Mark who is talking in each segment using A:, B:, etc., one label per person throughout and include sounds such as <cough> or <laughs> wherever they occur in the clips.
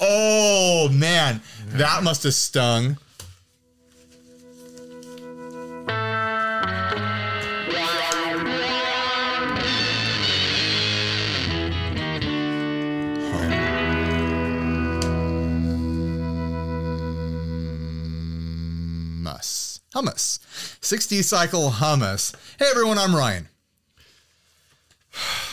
A: Oh man, that must have stung. Hummus. Hummus. 60 cycle hummus. Hey everyone, I'm Ryan.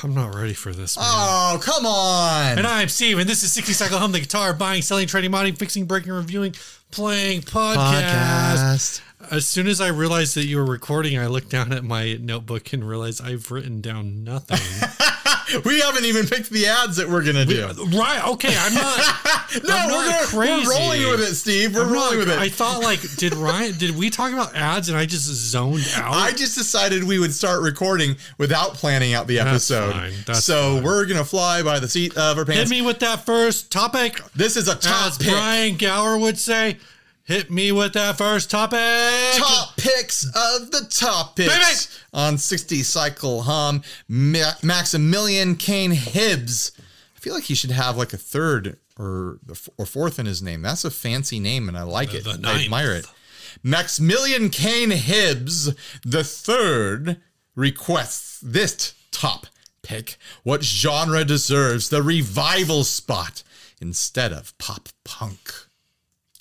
B: I'm not ready for this. Man.
A: Oh, come
B: And
A: on.
B: I'm Steve, and this is 60 Cycle Hum, the guitar, buying, selling, trading, modding, fixing, breaking, reviewing, playing podcast. As soon as I realized that you were recording, I looked down at my notebook and realized I've written
A: <laughs>
B: down nothing.
A: We haven't even picked the ads that we're gonna do.
B: right. Okay. I'm not.
A: <laughs> No,
B: I'm
A: we're,
B: not
A: gonna, we're
B: crazy.
A: rolling with it, Steve. We're
B: I'm not-
A: rolling with it.
B: I thought, like, did Ryan, did we talk about ads and I just zoned out?
A: <laughs> I just decided we would start recording without planning out the episode.
B: fine. That's
A: so
B: fine.
A: we're gonna fly by the seat of our
B: Hit
A: pants.
B: me with that first topic.
A: This is a
B: As
A: top pick.
B: Brian Gower would say, hit me with that first topic. <laughs>
A: Top picks of the topics
B: Baby!
A: on 60 Cycle Hum. Ma- Maximilian Kane Hibbs. I feel like he should have like a third or or fourth in his name. That's a fancy name, and I like it.
B: The
A: I
B: ninth.
A: admire it. Maximilian Kane Hibbs the third requests this top pick. What genre deserves the revival spot instead of pop punk?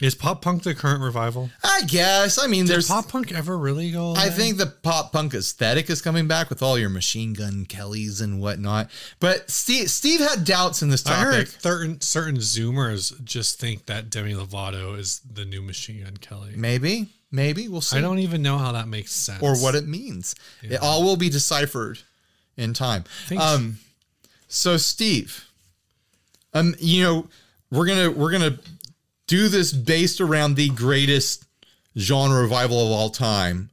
B: Is pop punk the current revival?
A: I guess. I mean,
B: Did
A: there's
B: pop punk ever really go?
A: I
B: away?
A: think the pop punk aesthetic is coming back with all your machine gun Kellys and whatnot. But Steve, Steve had doubts in this
B: I heard
A: topic.
B: certain certain Zoomers just think that Demi Lovato is the new Machine Gun Kelly.
A: Maybe, maybe we'll see,
B: I don't even know how that makes sense.
A: Mm-hmm. or what it means. It all will be deciphered in time.
B: Thanks.
A: Um, so Steve, um, you know, we're gonna we're gonna do this based around the greatest genre revival of all time,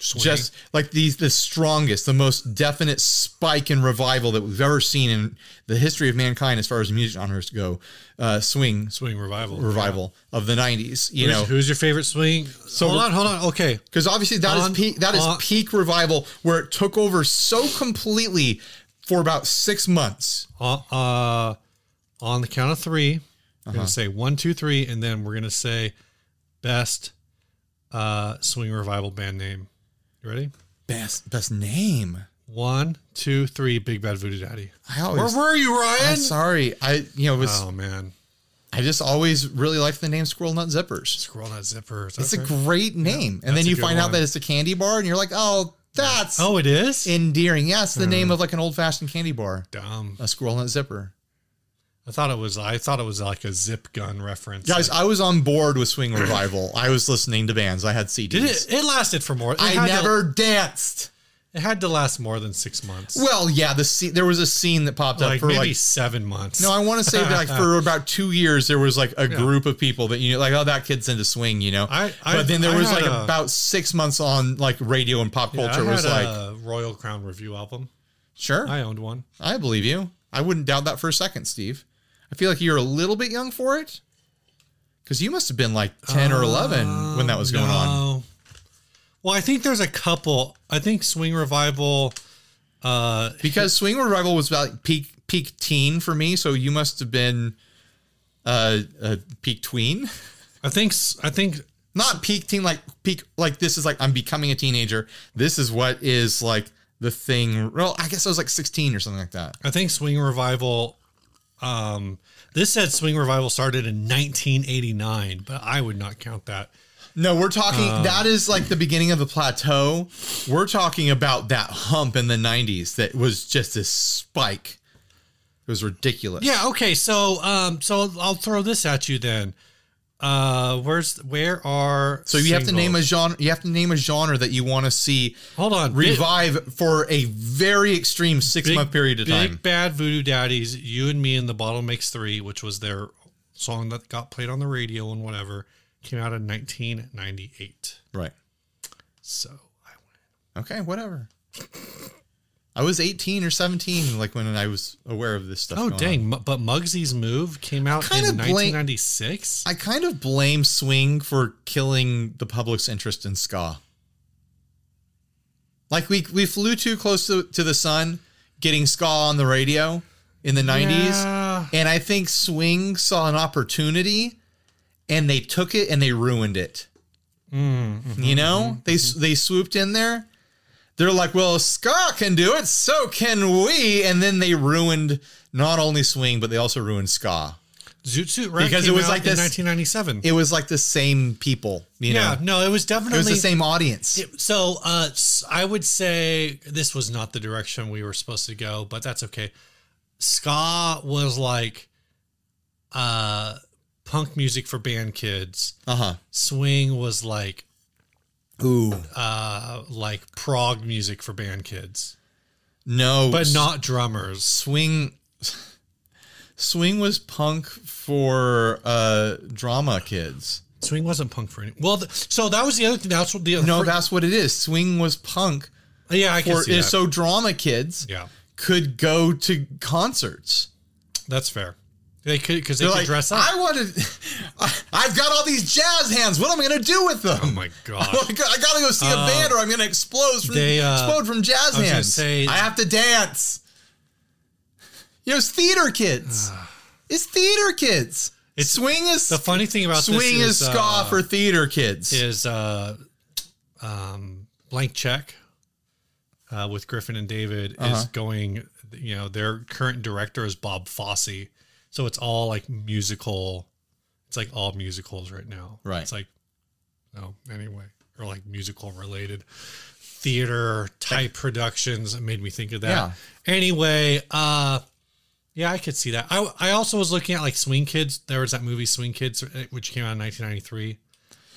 B: Swing.
A: just like the the strongest, the most definite spike in revival that we've ever seen in the history of mankind, as far as music genres go. Uh, swing
B: swing revival.
A: revival of the '90s, you
B: Who's,
A: know,
B: who's your favorite swing? So hold
A: we're-
B: on, hold on. Okay,
A: because obviously that is
B: On-
A: peak. That is
B: on-
A: peak revival where it took over so completely for about six months.
B: uh, uh, on the count of 3 we we're
A: Uh-huh.
B: gonna say one, two, three, and then we're gonna say best uh, swing revival band name. You ready?
A: Best best name.
B: One, two, three. Big Bad Voodoo Daddy.
A: I
B: Where
A: always.
B: were you,
A: I'm
B: Ryan?
A: sorry. I you know it was
B: Oh man,
A: I just always really liked the name Squirrel Nut Zippers.
B: scroll that zipper. Is
A: It's
B: that
A: a
B: right?
A: great name, and then
B: that's a
A: you
B: good
A: find out
B: one.
A: that it's a candy bar, and you're like, oh, that's
B: Oh, it is.
A: endearing. Yes, the
B: Hmm.
A: name of like an old fashioned candy bar,
B: Dumb.
A: a Squirrel Nut Zipper.
B: I thought it was. I thought it was like a zip gun reference.
A: Guys, I was on board with Swing Revival. I was listening to bands. I had CDs.
B: did it? It lasted for more. It
A: I
B: had to-
A: never danced.
B: it had to last more than six months.
A: Well, yeah, the scene, there was a scene that popped up
B: like
A: for
B: maybe
A: like
B: seven months.
A: No, I want to say that like
B: <laughs>
A: for about two years there was like a group of people that you know, like, oh, that kid's into swing, you know.
B: I- I-
A: but then there
B: I
A: was
B: had
A: like
B: a-
A: about six months on like radio and pop
B: Yeah,
A: culture
B: I
A: was
B: had
A: like,
B: a Royal Crown review album.
A: sure, I,
B: I owned one.
A: believe you. I wouldn't doubt that for a second, Steve. I feel like you're a little bit young for it, because you must have been like ten or eleven when that was going on.
B: Oh, No. Well, I think there's a couple. I think Swing Revival. Uh,
A: Because swing revival was about like, peak peak teen for me, so you must have been uh, a peak tween.
B: I think. s- I think.
A: not peak teen like peak like this is like I'm becoming a teenager. This is what is like the thing. Well, I guess I was like 16 or something like that.
B: I think Swing Revival. Um, this said Swing Revival started in 1989, but I would not count that.
A: No, we're talking
B: Oh.
A: that is like the beginning of the plateau. We're talking about that hump in the 90s that was just this spike. It was ridiculous.
B: Yeah. Okay. So, um, so I'll throw this at you then. Uh, where's where are
A: So you have to name a genre. You have to name a genre that you want to see
B: hold on
A: revive for a very extreme six month period of
B: big
A: time.
B: bad voodoo daddies. You and me and the bottle makes three, which was their song that got played on the radio and whatever came out in 1998.
A: Right.
B: So I went
A: Okay, whatever. I was 18 or 17, like when I was aware of this stuff.
B: oh
A: going on.
B: dang! Mu- But Muggsy's move came out in
A: Kinda blank-
B: 1996.
A: I kind of blame swing for killing the public's interest in ska. Like we we flew too close to, to the sun, getting ska on the radio in the 90s,
B: Yeah.
A: And I think swing saw an opportunity and they took it and they ruined it. you know, they they swooped in there. They're like, well, if ska can do it, so can we. And then they ruined not only swing, but they also ruined ska.
B: Zoot Suit Rap
A: Because it
B: came
A: was
B: out
A: like
B: in
A: this-
B: 1997.
A: It was like the same people, you
B: yeah,
A: know.
B: no, it was
A: It
B: definitely
A: was the same audience.
B: It- so uh, s- I would say this was not the direction we were supposed to go, but that's okay. Ska was like uh, punk music for band kids.
A: Uh
B: Swing was like
A: huh. Ooh.
B: uh, like prog music for band kids,
A: No.
B: but not drummers.
A: swing <laughs> swing was punk for uh drama kids
B: Swing wasn't punk for any. Well, th- so that was the other thing. That's what the
A: no
B: for-
A: that's what it is swing was punk
B: yeah, I can
A: for
B: see that.
A: so drama kids
B: yeah,
A: could go to concerts
B: that's fair. They could because they
A: They're
B: could
A: like,
B: dress up.
A: i want to <laughs> I- i've got all these jazz hands what am i gonna do with them
B: oh <laughs> my god.
A: I gotta go see a band, or I'm gonna explode from
B: Uh, they, uh,
A: explode from jazz
B: gonna
A: hands.
B: say-
A: I have to dance. You know, it's theater
B: <sighs>
A: kids. it's theater kids.
B: It's-
A: swing is
B: The funny thing about
A: Swing
B: this
A: is, ska
B: uh,
A: for theater kids.
B: is uh, um, blank check uh, with Griffin and David
A: Uh-huh.
B: is going. You know, their current director is Bob Fosse, so it's all like musical. It's like all musicals right now.
A: Right.
B: It's like, no, anyway, or like musical related theater type productions. It made me think of that.
A: Yeah.
B: Anyway, uh, yeah, I could see that. I, I also was looking at like Swing Kids. There was that movie Swing Kids, uh, which came out in 1993.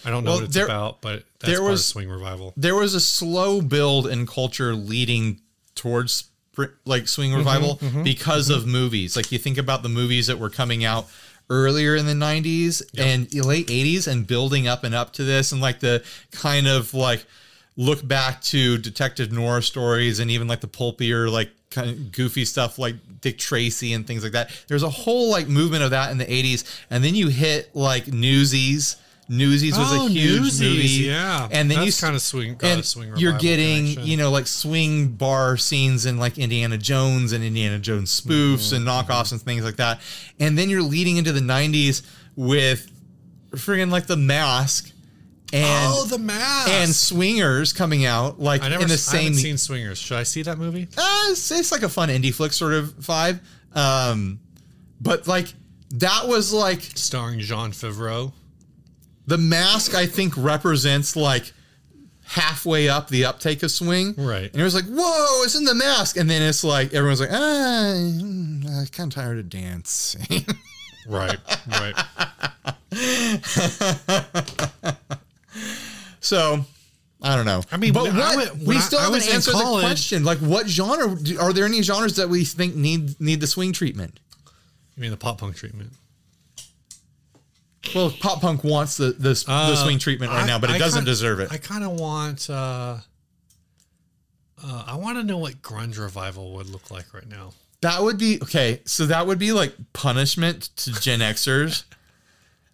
B: I don't know
A: Well,
B: what it's
A: there-
B: about, but that's
A: there
B: part
A: was-
B: of swing revival.
A: There was a slow build in culture leading towards spr- like
B: Mm-hmm,
A: swing revival because of movies. Like you think about the movies that were coming out earlier in the 90s and late 80s and building up and up to this and like the kind of like look back to detective noir stories and even like the pulpier like kind of goofy stuff like Dick Tracy and things like that. There's a whole like movement of that in the 80s and then you hit like Newsies. Newsies was
B: Oh,
A: a huge
B: Newsies,
A: movie.
B: yeah.
A: And then
B: That's
A: you s-
B: kinda swing- uh, swing
A: you're
B: revival
A: getting,
B: connection.
A: you know, like swing bar scenes in like Indiana Jones and Indiana Jones
B: Mm-hmm.
A: spoofs and knockoffs and things like that. And then you're leading into the 90s with friggin' like the mask and
B: Oh, the mask.
A: and swingers coming out like
B: I never
A: in the
B: I
A: same
B: haven't seen Swingers. Should I see that movie?
A: uh, it's, it's like a fun indie flick sort of vibe. Um, but like that was like
B: Starring Jean Favreau.
A: the mask I think represents like halfway up the uptake of swing.
B: Right.
A: And it was like, whoa, it's in the mask. And then it's like everyone's like, ah, mm, I'm kind of tired of dancing. <laughs>
B: Right, right.
A: so I don't know.
B: I mean,
A: but
B: when
A: what,
B: I went- when
A: we
B: I-
A: still
B: I
A: haven't
B: was in
A: answered
B: college-
A: the question. Like, what genre do- are there any genres that we think need need the swing treatment?
B: You mean the pop punk treatment?
A: Well, pop punk wants the the, s- the swing treatment right
B: Uh, I-
A: now, but it
B: I
A: doesn't
B: kinda-
A: deserve it.
B: I kind of want. Uh, uh, I want to know what grunge revival would look like right now.
A: That would be okay. So that would be like punishment to Gen Xers.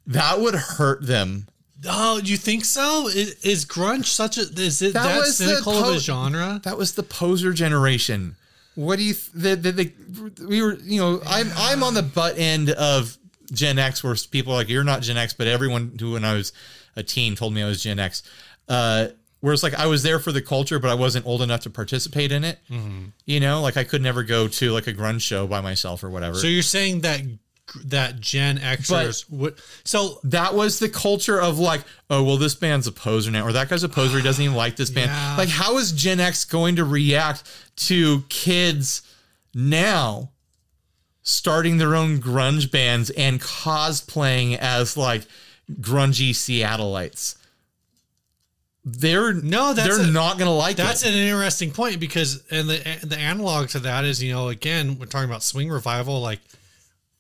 A: that would hurt them.
B: Oh, you think so? Is, is grunge such a is it
A: That
B: that,
A: was the
B: cynical of
A: po-
B: a genre?
A: That was the poser generation. What do you? Th- the, the, the, we were, you know, I'm I'm on the butt end of Gen X, where people are like, "You're not Gen X," but everyone who, when I was a teen, told me I was Gen X. Uh, where it's like I was there for the culture, but I wasn't old enough to participate in it. You know, like I could never go to like a grunge show by myself or whatever.
B: So you're saying that gr- that Gen Xers would so
A: that was the culture of like, oh well, this band's a poser now, or that guy's a poser. He doesn't even like this band.
B: Yeah.
A: Like, how is Gen X going to react to kids now starting their own grunge bands and cosplaying as like grungy Seattleites? They're
B: No, that's
A: they're
B: a-
A: not gonna like
B: that's
A: it.
B: an interesting point because and the the analog to that is you know again we're talking about swing revival like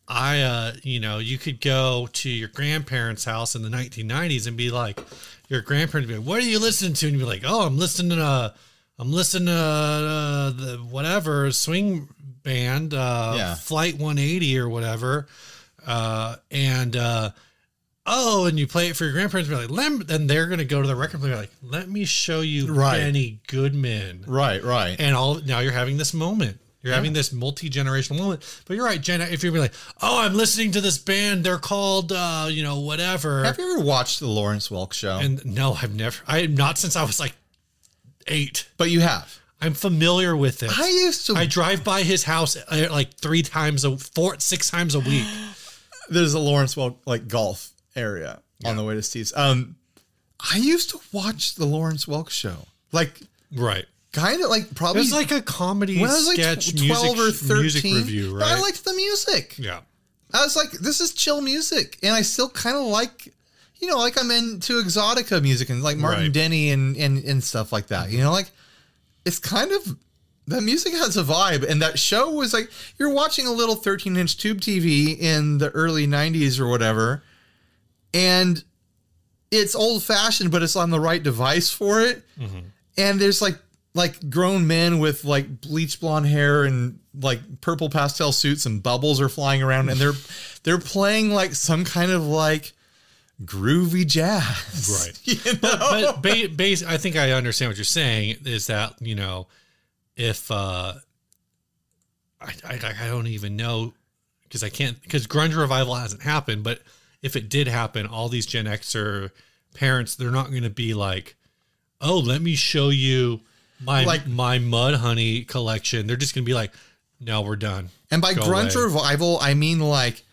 B: I uh you know you could go to your grandparents' house in the 1990s and be like your grandparents would be like what are you listening to and you'd be like oh I'm listening to uh, I'm listening to uh, the whatever swing band uh
A: Yeah.
B: flight 180 or whatever uh and uh oh, and you play it for your grandparents, and be like, Lem, then they're gonna go to the record player, like, let me show you
A: Right.
B: Benny Goodman,
A: Right, right.
B: and all now you're having this moment. You're You're having this multi generational moment. But you're right, Jenna. If you're like, oh, I'm listening to this band, they're called, uh, you know, whatever.
A: Have you ever watched the Lawrence Welk show?
B: and no, I've never. I am not since I was like eight.
A: but you have.
B: I'm familiar with it.
A: I used to.
B: I drive by his house uh, like three times a four six times a <gasps> week.
A: there's a Lawrence Welk like golf area on the way to Steve's. Um, I used to watch the Lawrence Welk show, like
B: Right.
A: kind of like
B: It
A: probably
B: was like a comedy
A: when I was like
B: sketch
A: tw-
B: music,
A: twelve or thirteen.
B: music review,
A: but
B: right?
A: I liked the music.
B: yeah.
A: I was like, this is chill music, and I still kind of like, you know, like I'm into exotica music and like Martin
B: Right.
A: Denny and and and stuff like that. You know, like it's kind of that music has a vibe, and that show was like you're watching a little 13 inch tube TV in the early 90s or whatever, and it's old fashioned, but it's on the right device for it.
B: Mm-hmm.
A: And there's like like grown men with like bleach blonde hair and like purple pastel suits and bubbles are flying around
B: <laughs>
A: and they're they're playing like some kind of like groovy jazz.
B: Right.
A: <laughs> You know?
B: <laughs> But ba- base, I think I understand what you're saying is that you know, if uh, I, I I don't even know because I can't because grunge revival hasn't happened. But if it did happen, all these Gen Xer parents they're not going to be like, oh, let me show you my
A: Like-
B: my Mud Honey collection. They're just going to be like, no, we're done.
A: And by
B: Go
A: grunge
B: away.
A: revival, I mean like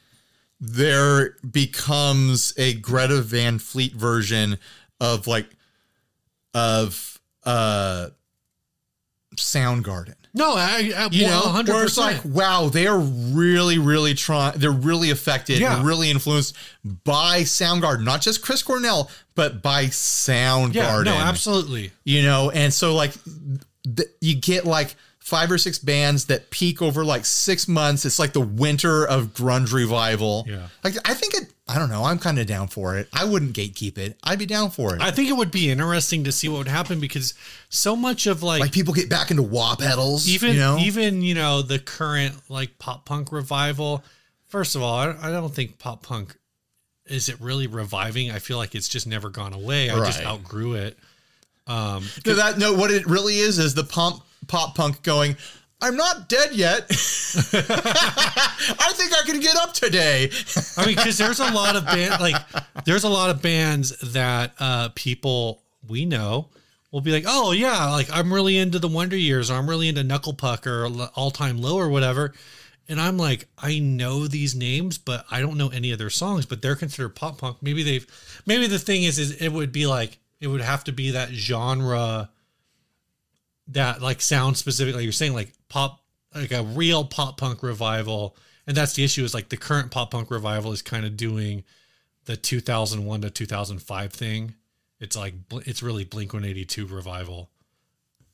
A: there becomes a Greta Van Fleet version of like of uh Soundgarden.
B: No, I, I
A: You know,
B: hundred
A: where it's like,
B: percent.
A: wow, they are really, really trying. They're really affected,
B: Yeah.
A: and really influenced by Soundgarden, not just Chris Cornell, but by Soundgarden.
B: Yeah, no, absolutely.
A: You know, and so like, th- you get like five or six bands that peak over like six months. It's like the winter of grunge revival.
B: Yeah.
A: like I think it. I don't know. I'm kind of down for it. I wouldn't gatekeep it. I'd be down for it.
B: I think it would be interesting to see what would happen because so much of like
A: like people get back into wah pedals.
B: even
A: you know?
B: even you know the current like pop punk revival first of all I, I don't think pop punk is it really reviving i feel like it's just never gone away i just
A: Right.
B: outgrew it um
A: No, that no. What it really is is the pop pop punk going. I'm not dead yet. <laughs> I think I can get up
B: <laughs>
A: today.
B: i mean because there's a lot of band like there's a lot of bands that uh people we know will be like oh yeah like i'm really into the wonder years or i'm really into knuckle puck or L- all time low or whatever and i'm like i know these names but i don't know any of their songs but they're considered pop punk maybe they've maybe the thing is is it would be like it would have to be that genre that like sound specific like you're saying like pop like a real pop punk revival and that's the issue is like the current pop punk revival is kind of doing the 2001 to 2005 thing it's like bl- it's really blink 182 revival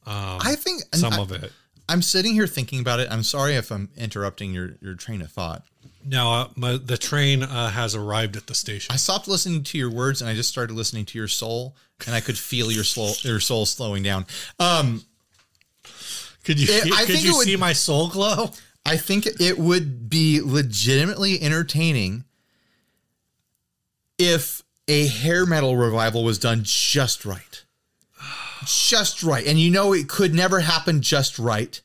B: um
A: I think
B: some
A: I,
B: of it
A: I'm sitting here thinking about it. I'm sorry if I'm interrupting your your train of thought.
B: now uh, my, the train uh, has arrived at the station
A: I stopped listening to your words and I just started listening to your soul, and I could feel your slow your soul slowing down. Um,
B: could you
A: It- I
B: could
A: think
B: you
A: it would-
B: see my soul glow
A: I think it would be legitimately entertaining if a hair metal revival was done just right. Just right. And you know it could never happen just right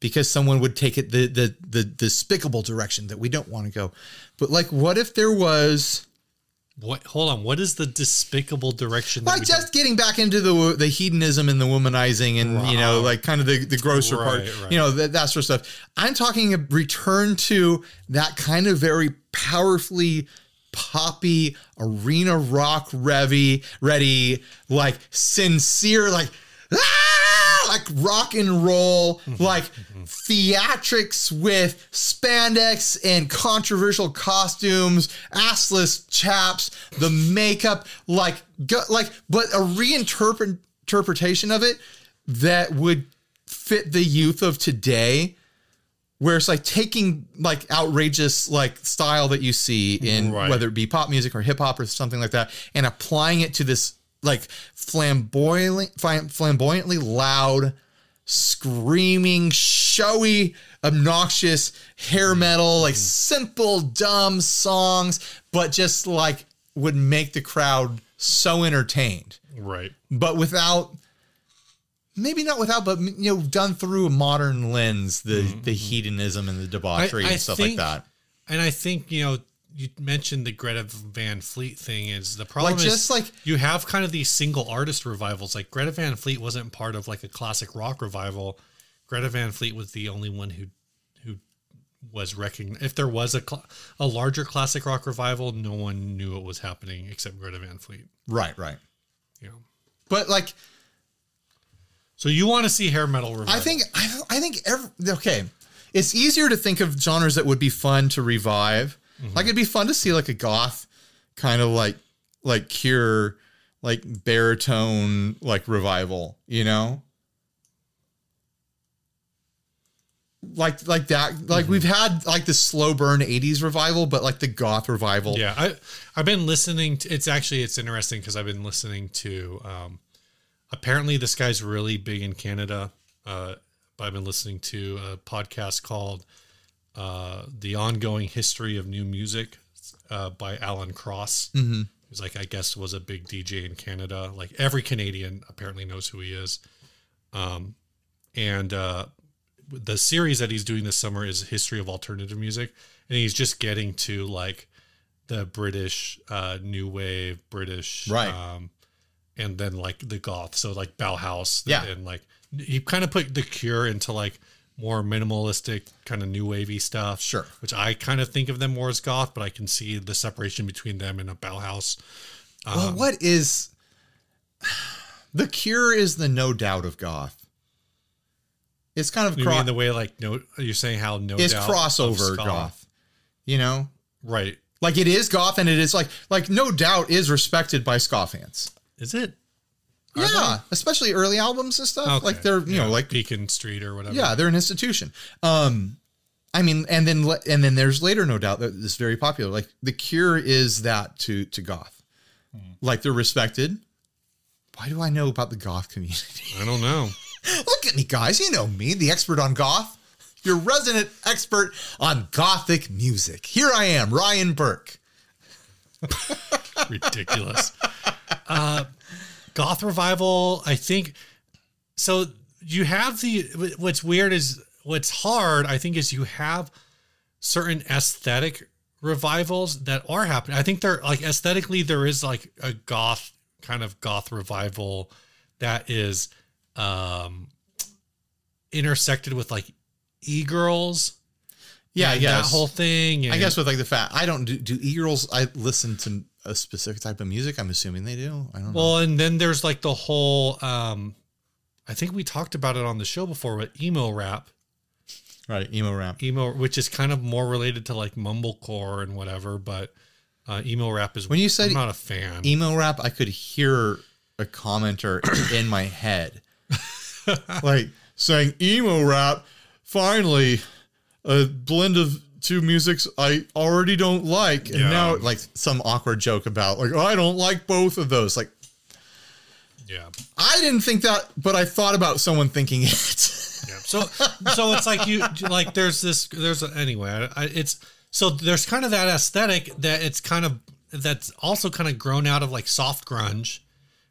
A: because someone would take it the the the despicable direction that we don't want to go. But like what if there was
B: what hold on what is the despicable direction that
A: like
B: we
A: just getting back into the the hedonism and the womanizing and you know like kind of the, the grosser part
B: Right, right.
A: you know that, that sort of stuff i'm talking a return to that kind of very powerfully poppy arena rock revy ready like sincere like "Ah!" like rock and roll,
B: Mm-hmm,
A: like theatrics with spandex and controversial costumes, assless chaps, the makeup, like go, like, but a reinterpret interpretation of it that would fit the youth of today. Where it's like taking like outrageous like style that you see in
B: Right.
A: whether it be pop music or hip hop or something like that, and applying it to this like flamboyantly flam- flamboyantly loud screaming, showy, obnoxious hair metal, like simple, dumb songs, but just like would make the crowd so entertained,
B: right
A: but without maybe not without, but you know, done through a modern lens, the the hedonism and the debauchery
B: Mm-hmm, I- I
A: and stuff
B: think-
A: like that.
B: And I think, you know, you mentioned the Greta Van Fleet thing is the problem
A: Like,
B: is
A: just like-
B: you have kind of these single artist revivals. Like Greta Van Fleet wasn't part of like a classic rock revival. Greta Van Fleet was the only one who who was recognized. If there was a cl- a larger classic rock revival, no one knew it was happening except Greta Van Fleet.
A: Right, right.
B: You know.
A: But like,
B: So you want to see hair metal revival?
A: I think I, I think every okay. It's easier to think of genres that would be fun to revive.
B: Mm-hmm.
A: Like it'd be fun to see like a goth kind of like like cure like baritone like revival, you know? Like like that like
B: Mm-hmm.
A: we've had like the slow burn 80s revival but like the goth revival.
B: Yeah, I I've been listening. To, it's actually it's interesting because I've been listening to. Um, apparently, this guy's really big in Canada. Uh, but I've been listening to a podcast called uh, "The Ongoing History of New Music" uh, by Alan Cross. Mm-hmm. Who's like I guess was a big DJ in Canada. Like every Canadian apparently knows who he is. Um, and uh, the series that he's doing this summer is history of alternative music, and he's just getting to like the British uh, new wave, British,
A: Right.
B: Um, and then like the goth, so like Bauhaus,
A: Yeah.
B: and like he kind of put the Cure into like more minimalistic kind of new wavy stuff,
A: Sure.
B: Which I kind of think of them more as goth, but I can see the separation between them and a Bauhaus. Uh, um,
A: Well, what is <sighs> The Cure is the no doubt of goth. It's kind of
B: You
A: cro-
B: mean the way like no? You're saying how no
A: is
B: doubt of
A: crossover
B: ska-
A: goth. You know,
B: right?
A: like it is goth, and it is like like no doubt is respected by ska fans.
B: Is it? Are
A: yeah, especially early albums and stuff.
B: Okay.
A: Like they're you
B: Yeah,
A: know like
B: Beacon Street or whatever.
A: yeah they're an institution. Um, I mean, and then le- and then there's later no doubt that this very popular. Like the Cure is that to to goth.
B: Hmm.
A: Like they're respected. Why do I know about the goth community?
B: I don't know.
A: Look at me, guys. You know me, the expert on goth. Your resident expert on gothic music. Here I am, Ryan Burke.
B: ridiculous. uh, goth revival, I think. So you have the what's weird is what's hard. I think is you have certain aesthetic revivals that are happening. I think they're like aesthetically there is like a goth kind of goth revival that is um intersected with like e-girls
A: Yeah,
B: and
A: yeah.
B: that whole thing
A: uh, I
B: and-
A: guess with like the fat, I don't do, do e-girls. I listen to a specific type of music. I'm assuming they do. I don't know.
B: Well, and then there's like the whole um I think we talked about it on the show before with emo rap,
A: Right, emo rap.
B: emo which is kind of more related to like mumblecore and whatever, but uh, emo rap is
A: When you said
B: I'm not a fan.
A: Emo rap. I could hear a
B: <coughs>
A: commenter in my head, like saying emo rap. Finally, a blend of two musics I already don't like, and
B: Yeah.
A: now like some awkward joke about like "Oh, I don't like both of those. Like
B: yeah.
A: I didn't think that, but I thought about someone thinking it.
B: Yeah. So so it's like you like there's this there's a, anyway I, it's so there's kind of that aesthetic that it's kind of that's also kind of grown out of like soft grunge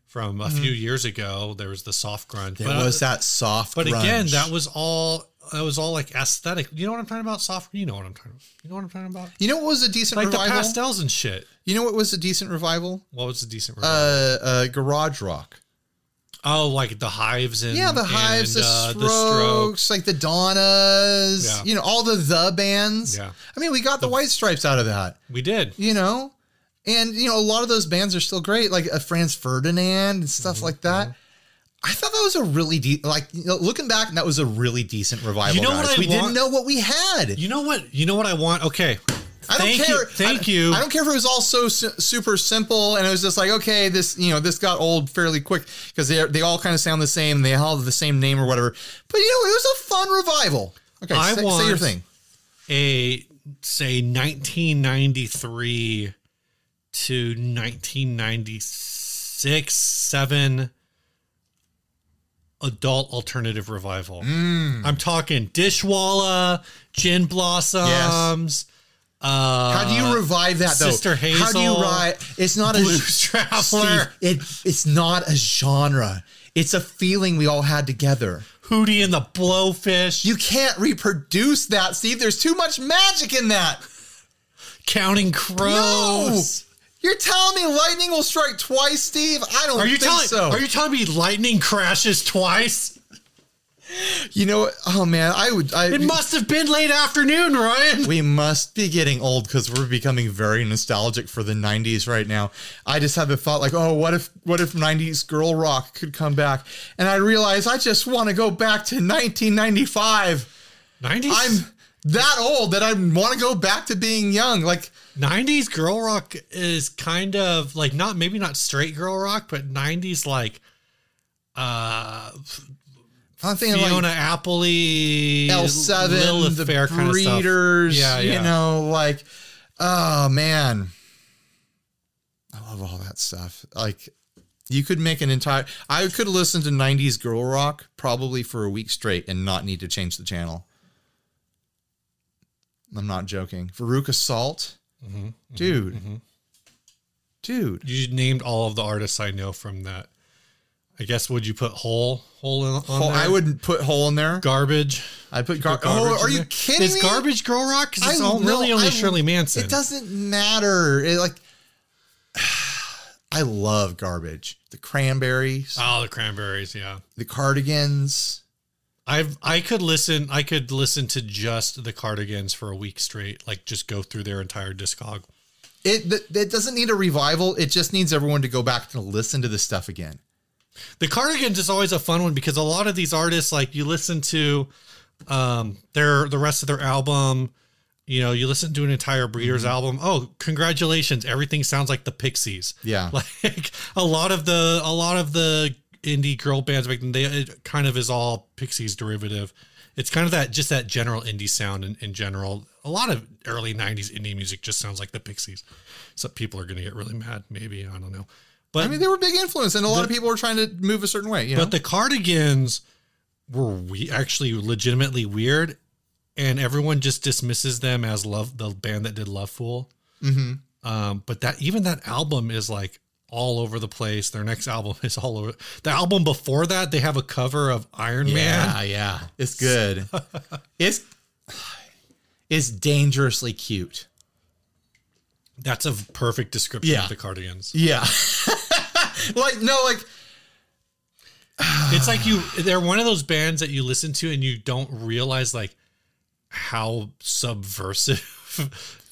B: from a few years ago. There was the soft grunge.
A: Mm-hmm. there
B: but- uh,
A: was that soft.
B: But again,
A: grunge.
B: that was all that was all like aesthetic. You know what I'm talking about? Soft. You know what I'm talking about. You know what I'm talking about?
A: You know what was a decent
B: Like the
A: revival?
B: pastels and shit.
A: You know what was a decent revival?
B: What was a decent?
A: Uh,
B: revival?
A: uh garage rock.
B: oh, like the hives and
A: Yeah, the Hives,
B: and,
A: the,
B: uh,
A: strokes,
B: the strokes.
A: like the Donnas.
B: Yeah.
A: You know, all the the bands.
B: Yeah.
A: I mean, we got the White Stripes out of that.
B: We did.
A: You know, and you know, a lot of those bands are still great, like uh, Franz Ferdinand and
B: Mm-hmm,
A: stuff like that. I thought that was a really deep, like you know, looking back, that was a really decent revival.
B: You know
A: guys.
B: what I
A: we
B: want-
A: didn't know what we had.
B: You know what? You know what I want? Okay.
A: I don't
B: thank
A: care.
B: You, thank
A: I,
B: you.
A: I don't care if it was all so su- super simple and it was just like, okay, this you know this got old fairly quick because they they all kind of sound the same. They all have the same name or whatever. But you know, it was a fun revival. Okay,
B: I
A: say,
B: want-
A: say your thing.
B: a say 1993 to 1996 7 adult alternative revival i'm talking dishwalla gin blossoms uh
A: How do you revive that though?
B: Sister
A: How do you
B: Hazel,
A: ri It's not a
B: Blues Traveler.
A: Steve, it it's not a genre. It's a feeling we all had together.
B: Hootie and the Blowfish.
A: You can't reproduce that, Steve. There's too much magic in that.
B: Counting Crows.
A: You're telling me lightning will strike twice, Steve? I don't
B: Are you
A: think
B: telling?
A: so.
B: Are you telling me lightning crashes twice?
A: You know what? Oh man, I would. I,
B: It must have been late afternoon, Ryan.
A: we must be getting old because we're becoming very nostalgic for the '90s right now. I just had the thought, like, oh, what if, what if '90s girl rock could come back? And I realize I just want to go back to 1995.
B: 90s.
A: I'm that old that I want to go back to being young. Like,
B: 90s girl rock is kind of like not maybe not straight girl rock, but 90s like uh
A: I'm thinking like
B: Fiona Apple,
A: L seven,
B: Lilith
A: the
B: Fair kind of stuff.
A: breeders.
B: Yeah, yeah.
A: You know, like, oh man, I love all that stuff. Like, you could make an entire. I could listen to '90s girl rock probably for a week straight and not need to change the channel. I'm not joking. Veruca Salt,
B: Mm-hmm,
A: dude, dude.
B: You named all of the artists I know from that. I guess would you put Hole Hole in, on
A: Oh,
B: there?
A: I wouldn't put hole in there.
B: Garbage.
A: I put gar-
B: Garbage
A: Oh, are
B: in
A: you
B: there.
A: kidding
B: Is
A: me?
B: Garbage girl rock? 'Cause it's
A: I
B: all,
A: know-
B: really only
A: I-
B: Shirley Manson.
A: It doesn't matter. It, like, <sighs> I love garbage. The cranberries,
B: Oh, the Cranberries. Yeah.
A: the cardigans.
B: I've I could listen I could listen to just the Cardigans for a week straight, like just go through their entire discog.
A: It th- it doesn't need a revival. It just needs everyone to go back and listen to this stuff again.
B: The Cardigans is always a fun one because a lot of these artists, like you listen to um their the rest of their album, you know, you listen to an entire Breeders album. Oh, congratulations! Everything sounds like the Pixies. <laughs>
A: Yeah.
B: Like a lot of the a lot of the indie girl bands back then, they it kind of is all Pixies derivative. It's kind of that just that general indie sound in, in general. A lot of early '90s indie music just sounds like the Pixies. So people are going to get really mad. Maybe I don't know. But
A: I mean, they were a big influence, and a lot of people were trying to move a certain way. You know,
B: but the cardigans were we actually legitimately weird, and everyone just dismisses them as love the band that did Love Fool. Mm-hmm. Um, but that even that album is like all over the place. Their next <laughs> album is all over. The album before that, they have a cover of Iron Man.
A: yeah, it's good.
B: <laughs>
A: it's it's dangerously cute.
B: That's a perfect description
A: Yeah.
B: of the cardigans.
A: Yeah, <laughs> like no, like
B: it's like you they're one of those bands that you listen to and you don't realize like how subversive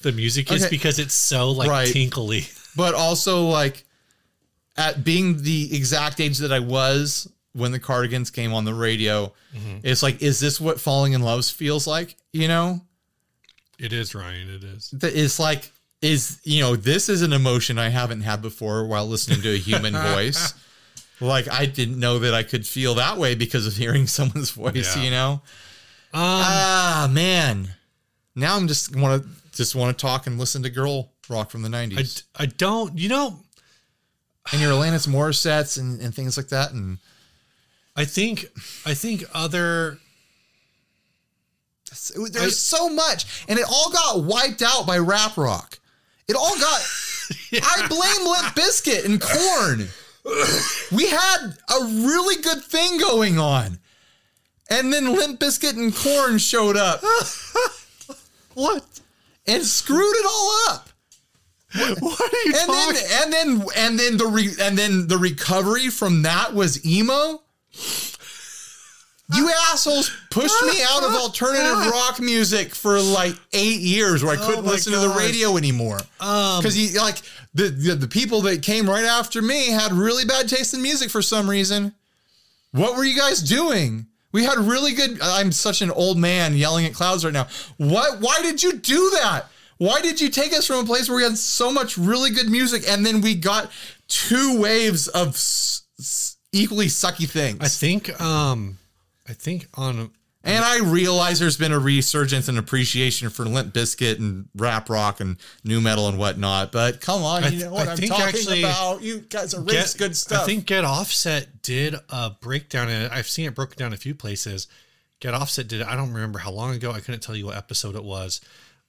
B: <laughs> the music is
A: Okay.
B: because it's so like
A: Right.
B: tinkly
A: but also like at being the exact age that I was when the Cardigans came on the radio, it's like, is this what falling in love feels like? You know,
B: it is ryan it is
A: Th- it's like, is you know, this is an emotion I haven't had before while listening to a human voice. Like I didn't know that I could feel that way because of hearing <laughs> someone's voice.
B: Yeah.
A: You know,
B: Um, Uh,
A: ah man, now I'm just want to just want to talk and listen to girl rock from the
B: I,
A: '90s.
B: I don't you know
A: and your Alanis Morissettes and, and things like that. And
B: i think i think other
A: that's- there's so much, and it all got wiped out by rap rock. It all got. I blame Limp Biscuit and Corn. we had a really good thing going on, and then Limp Biscuit and Corn showed up
B: what <laughs>
A: and screwed it all up.
B: what are you
A: And then,
B: talking
A: and then, and then the re, and then the recovery from that was emo. You assholes pushed me out of
B: <laughs>
A: alternative rock music for like eight years, where I couldn't
B: Oh my
A: listen to the
B: God. Um,
A: radio anymore. Because you like the, the the people that came right after me had really bad taste in music for some reason. What were you guys doing? We had really good. I'm such an old man yelling at clouds right now. What? Why did you do that? Why did you take us from a place where we had so much really good music and then we got two waves of s- s- equally sucky things?
B: i think um i think on
A: and I realize there's been a resurgence and appreciation for Limp Bizkit and rap rock and new metal and whatnot. But come on,
B: I
A: you
B: th-
A: know what
B: I
A: I am
B: think
A: talking
B: actually-
A: about. You guys are
B: Get-
A: good stuff.
B: I think Get Offset did a breakdown, and I've seen it broken down a few places. Get Offset did it. I don't remember how long ago. I couldn't tell you what episode it was,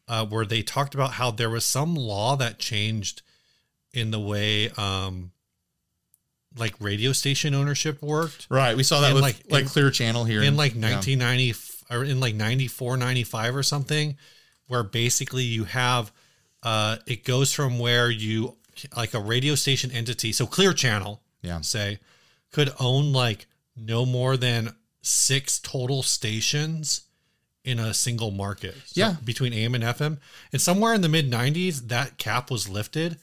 B: uh, where they talked about how there was some law that changed in the way um, like radio station ownership worked
A: Right. We saw that
B: And
A: with like,
B: like- and-
A: Clear Channel here
B: in like
A: yeah.
B: 1990 f- or in like 94 95 or something where basically you have uh it goes from where you like a radio station entity so clear channel
A: Yeah.
B: say could own like no more than six total stations in a single market So
A: Yeah.
B: between am and fm and somewhere in the mid 90s that cap was lifted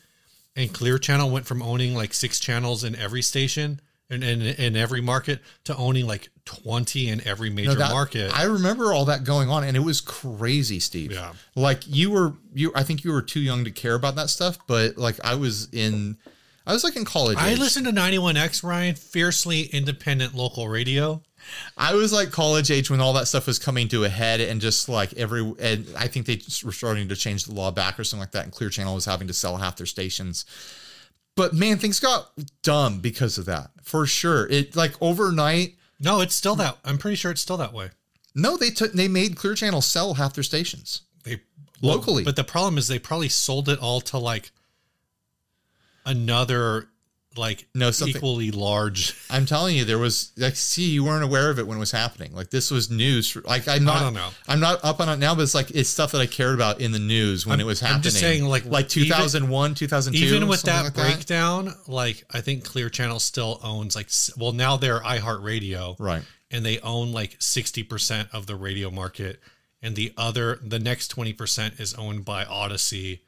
B: and Clear Channel went from owning like six channels in every station and in, in every market to owning like 20 in every major
A: No, that-
B: market.
A: I remember all that going on, and it was crazy, Steve.
B: Yeah.
A: like you were you. I think you were too young to care about that stuff, but like I was in, I was like in college.
B: I
A: age.
B: listened to 91X, Ryan, fiercely independent local radio.
A: I was like college age when all that stuff was coming to a head, and just like every, and I think they just were starting to change the law back or something like that. And Clear Channel was having to sell half their stations. But man, things got dumb because of that, for sure. It like overnight.
B: No, it's still that. I'm pretty sure it's still that way.
A: No, they took they made Clear Channel sell half their stations.
B: They
A: Locally.
B: But the problem is they probably sold it all to like another like
A: No, something-
B: equally large. <laughs>
A: I'm telling you, there was like, see, you weren't aware of it when it was happening. Like this was news. for- Like I'm not,
B: I don't know.
A: I'm not up on it now, but it's like it's stuff that I cared about in the news when it was happening.
B: I'm just saying, like,
A: like
B: even-
A: 2001, 2002.
B: Even with
A: something
B: that
A: like
B: breakdown, like I think Clear Channel still owns like s- well now they're iHeartRadio.
A: right?
B: and they own like 60% of the radio market and the other the next 20% is owned by Odyssey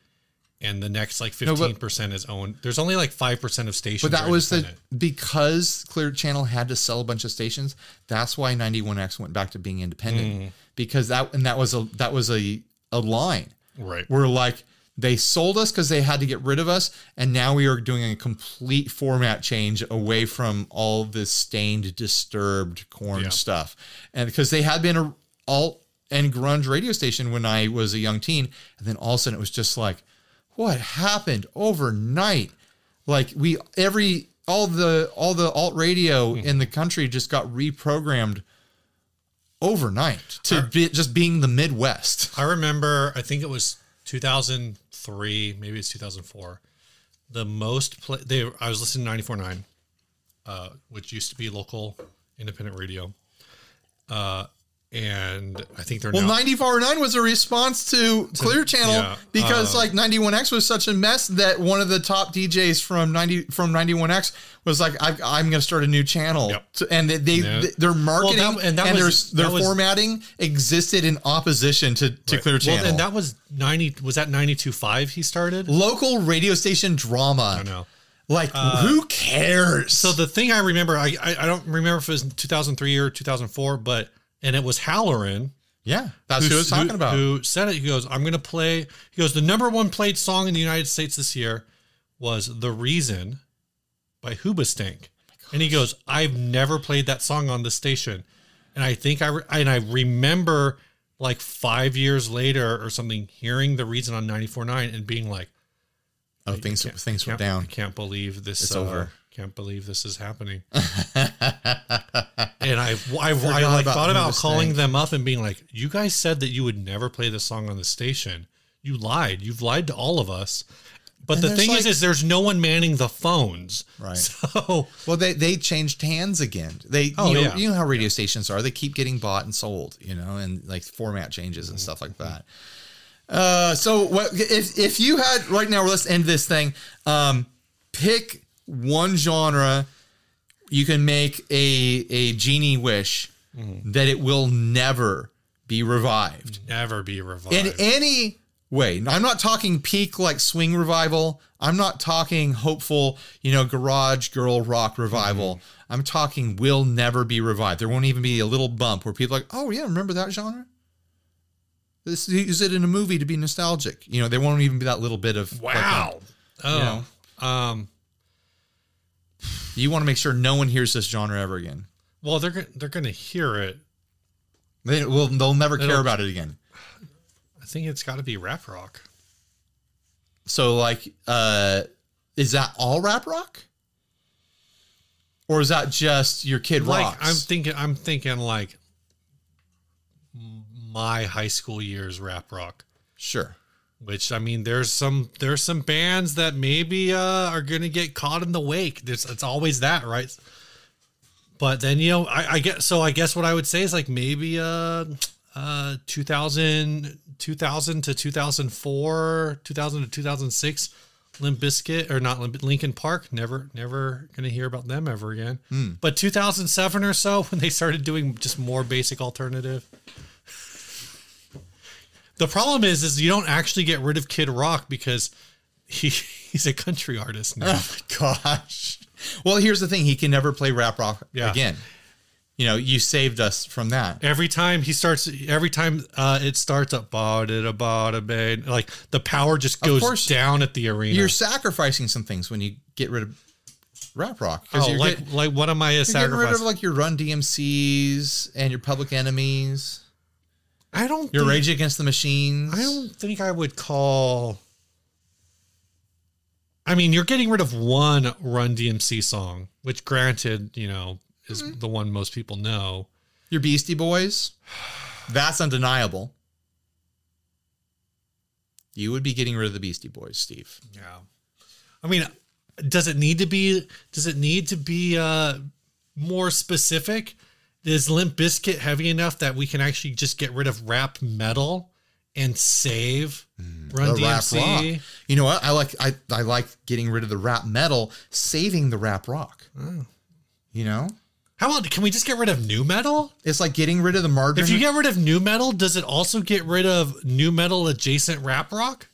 B: and the next like
A: No, but-
B: 15% is owned there's only like 5% of stations
A: But that
B: are
A: was the
B: independent.
A: because Clear Channel had to sell a bunch of stations. That's why 91X went back to being independent
B: Mm.
A: because that and that was a that was a a line.
B: right
A: were like they sold us because they had to get rid of us and now we are doing a complete format change away from all this stained disturbed corn
B: Yeah.
A: stuff and because they had been a alt and grunge radio station when i was a young teen and then all of a sudden it was just like what happened overnight like we every all the all the alt radio in the country just got reprogrammed overnight to be, just being the midwest
B: i remember i think it was 2003 maybe it's 2004 the most play they i was listening to 94.9 uh, which used to be local independent radio uh, and i think they're
A: Well,
B: now
A: 94.9 was a response to Clear Channel
B: yeah, uh,
A: because like 91X was such a mess that one of the top DJs from 90 from 91X was like, I, I'm going to start a new channel,
B: Yep.
A: So- and they, they
B: Yeah.
A: their marketing
B: Well, that-
A: and,
B: and that
A: their
B: was-
A: their
B: that was-
A: formatting existed in opposition to, to Clear Channel.
B: Well, and that was 90 was that 92.5 he started?
A: Local radio station drama.
B: I know.
A: Like who cares?
B: Uh, So the thing I remember, I, I I don't remember if it was 2003 or 2004, but and it was Halloran
A: yeah, that's who I was talking about.
B: Who said it? He goes, "I'm going to play." He goes, "The number one played song in the United States this year was "The Reason" by Hoobastank,"
A: Oh
B: and he goes, "I've never played that song on the station," and I think I re- and I remember like five years later or something hearing "The Reason" on 94.9 and being like.
A: oh, things things were
B: Can't- I
A: down.
B: can't believe this.
A: It's
B: uh,
A: over.
B: Can't believe this
A: <laughs>
B: is happening. and I, I, I, like
A: about
B: thought about
A: Hoobastank.
B: calling them up and being like, "You guys said that you would never play this song on the station. You lied. You've lied to all of us." But
A: And
B: the
A: there's
B: thing
A: like-
B: is, is there's no one manning the phones.
A: Right.
B: <laughs> So
A: Well, they they changed hands again. They
B: Oh,
A: you, know,
B: yeah.
A: you know how radio stations are; they keep getting bought and sold, you know, and like format changes and stuff like
B: Mm-hmm.
A: that. Uh, so what if if you had right now? Let's end this thing. Um, pick one genre. You can make a a genie wish
B: Mm-hmm.
A: that it will never be revived
B: never be revived.
A: in any way. I'm not talking peak like swing revival. I'm not talking hopeful, you know, garage girl rock revival.
B: Mm-hmm.
A: I'm talking will never be revived. There won't even be a little bump where people are like, oh yeah, remember that genre? This use it in a movie to be nostalgic. You know, there won't even be that little bit of like,
B: wow.
A: you know.
B: oh. Um.
A: you want to make sure no one hears this genre ever again.
B: Well, they're go- they're gonna hear it.
A: They will. They'll never care
B: It'll-
A: about it again.
B: I think it's got to be rap rock.
A: So like uh is that all rap rock? Or is that just your kid
B: like
A: rocks?
B: I'm thinking I'm thinking like m- my high school years rap rock
A: sure. <laughs>
B: Which I mean, there's some there's some bands that maybe uh, are gonna get caught in the wake. There's it's always that, right? But then you know, I, I guess so. I guess what I would say is like maybe uh, uh, 2000, 2000 to two thousand four, two thousand to two thousand six, Limp Bizkit or not Limp, Lincoln Park. Never, never gonna hear about them ever again. But two thousand seven or so, when they started doing just more basic alternative. The problem is, is you don't actually get rid of Kid Rock because he, <laughs> he's a country artist now.
A: Oh my gosh. Well, here's the thing: he can never play rap rock
B: Yeah.
A: again. You know, you saved us from that.
B: Every time he starts, every time uh, it starts up, about it, about it, man. Like the power just
A: course.
B: goes down at the arena.
A: You're sacrificing some things when you get rid of rap rock because
B: oh,
A: you're,
B: like
A: get-
B: like what am I uh,
A: you're getting rid of
B: sacrificing?
A: like your Run DMCs and your Public Enemies,
B: I don't.
A: your
B: think,
A: Rage Against the Machines.
B: I don't think I would call. I mean, you're getting rid of one Run DMC song, which, granted, you know, is the one most people know.
A: Your Beastie Boys. That's undeniable. You would be getting rid of the Beastie Boys, Steve.
B: Yeah. I mean, does it need to be does it need to be uh more specific? Is Limp Biscuit heavy enough that we can actually just get rid of rap metal and save Run
A: The Mm. rap
B: DMC?
A: rock. You know what? I like I, I like getting rid of the rap metal, saving the rap rock.
B: Oh.
A: You know?
B: How about can we just get rid of new metal?
A: It's like getting rid of the margarine.
B: If you get rid of new metal, does it also get rid of new metal adjacent rap rock?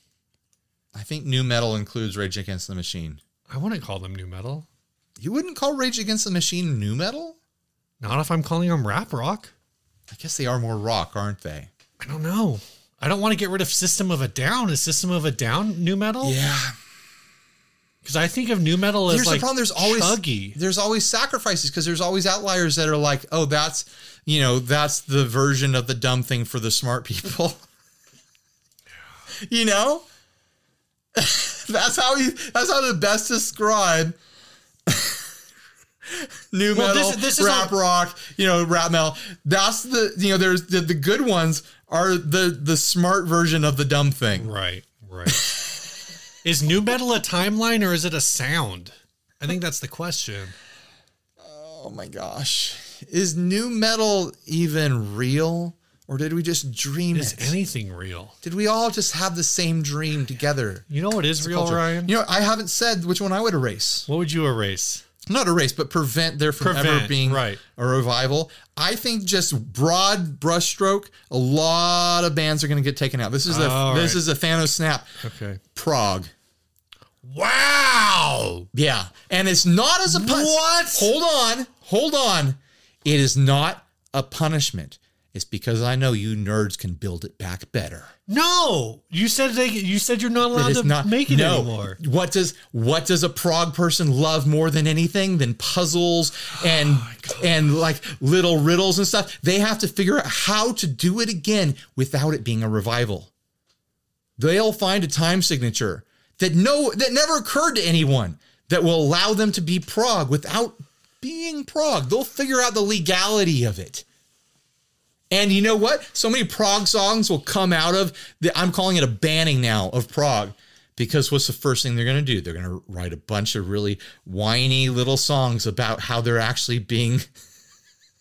A: I think new metal includes Rage Against the Machine.
B: I wouldn't call them new metal.
A: You wouldn't call Rage Against the Machine new metal?
B: Not if I'm calling them rap rock.
A: I guess they are more rock, aren't they?
B: I don't know. I don't want to get rid of System of a Down. Is System of a Down new metal?
A: Yeah.
B: Because I think of new metal as
A: Here's
B: like
A: the problem. There's always
B: chuggy.
A: there's always sacrifices because there's always outliers that are like, oh, that's you know that's the version of the dumb thing for the smart people. <laughs> you know, <laughs> that's how you that's how to best describe <laughs> new
B: Well,
A: metal,
B: this- this is
A: rap
B: all-
A: rock. You know, rap metal. That's the you know there's the, the good ones are the the smart version of the dumb thing.
B: Right, right. <laughs> is new metal a timeline or is it a sound? I think that's the question.
A: Oh my gosh. Is new metal even real? Or did we just dream
B: Is
A: it?
B: anything real?
A: did we all just have the same dream together?
B: You know what is real, Ryan?
A: You know, I haven't said which one I would erase.
B: What would you erase?
A: Not erase, but prevent there from ever
B: Prevent,
A: being
B: right.
A: a revival. I think just broad brushstroke, a lot of bands are going to get taken out. This is a
B: All
A: this
B: right.
A: is a Thanos snap.
B: Okay.
A: Prague.
B: Wow.
A: Yeah. And it's not as a pun-
B: What?
A: Hold on. Hold on. It is not a punishment. It's because I know you nerds can build it back better.
B: No, you said they. You said you're not
A: It
B: allowed
A: is
B: to
A: not
B: make it
A: no.
B: anymore.
A: What does what does a prog person love more than anything than puzzles
B: <sighs> Oh,
A: and and like little riddles and stuff? They have to figure out how to do it again without it being a revival. They'll find a time signature that no that never occurred to anyone that will allow them to be prog without being prog. They'll figure out the legality of it. And you know what? So many prog songs will come out of the I'm calling it a banning now of prog because what's the first thing they're going to do? They're going to write a bunch of really whiny little songs about how they're actually being <laughs>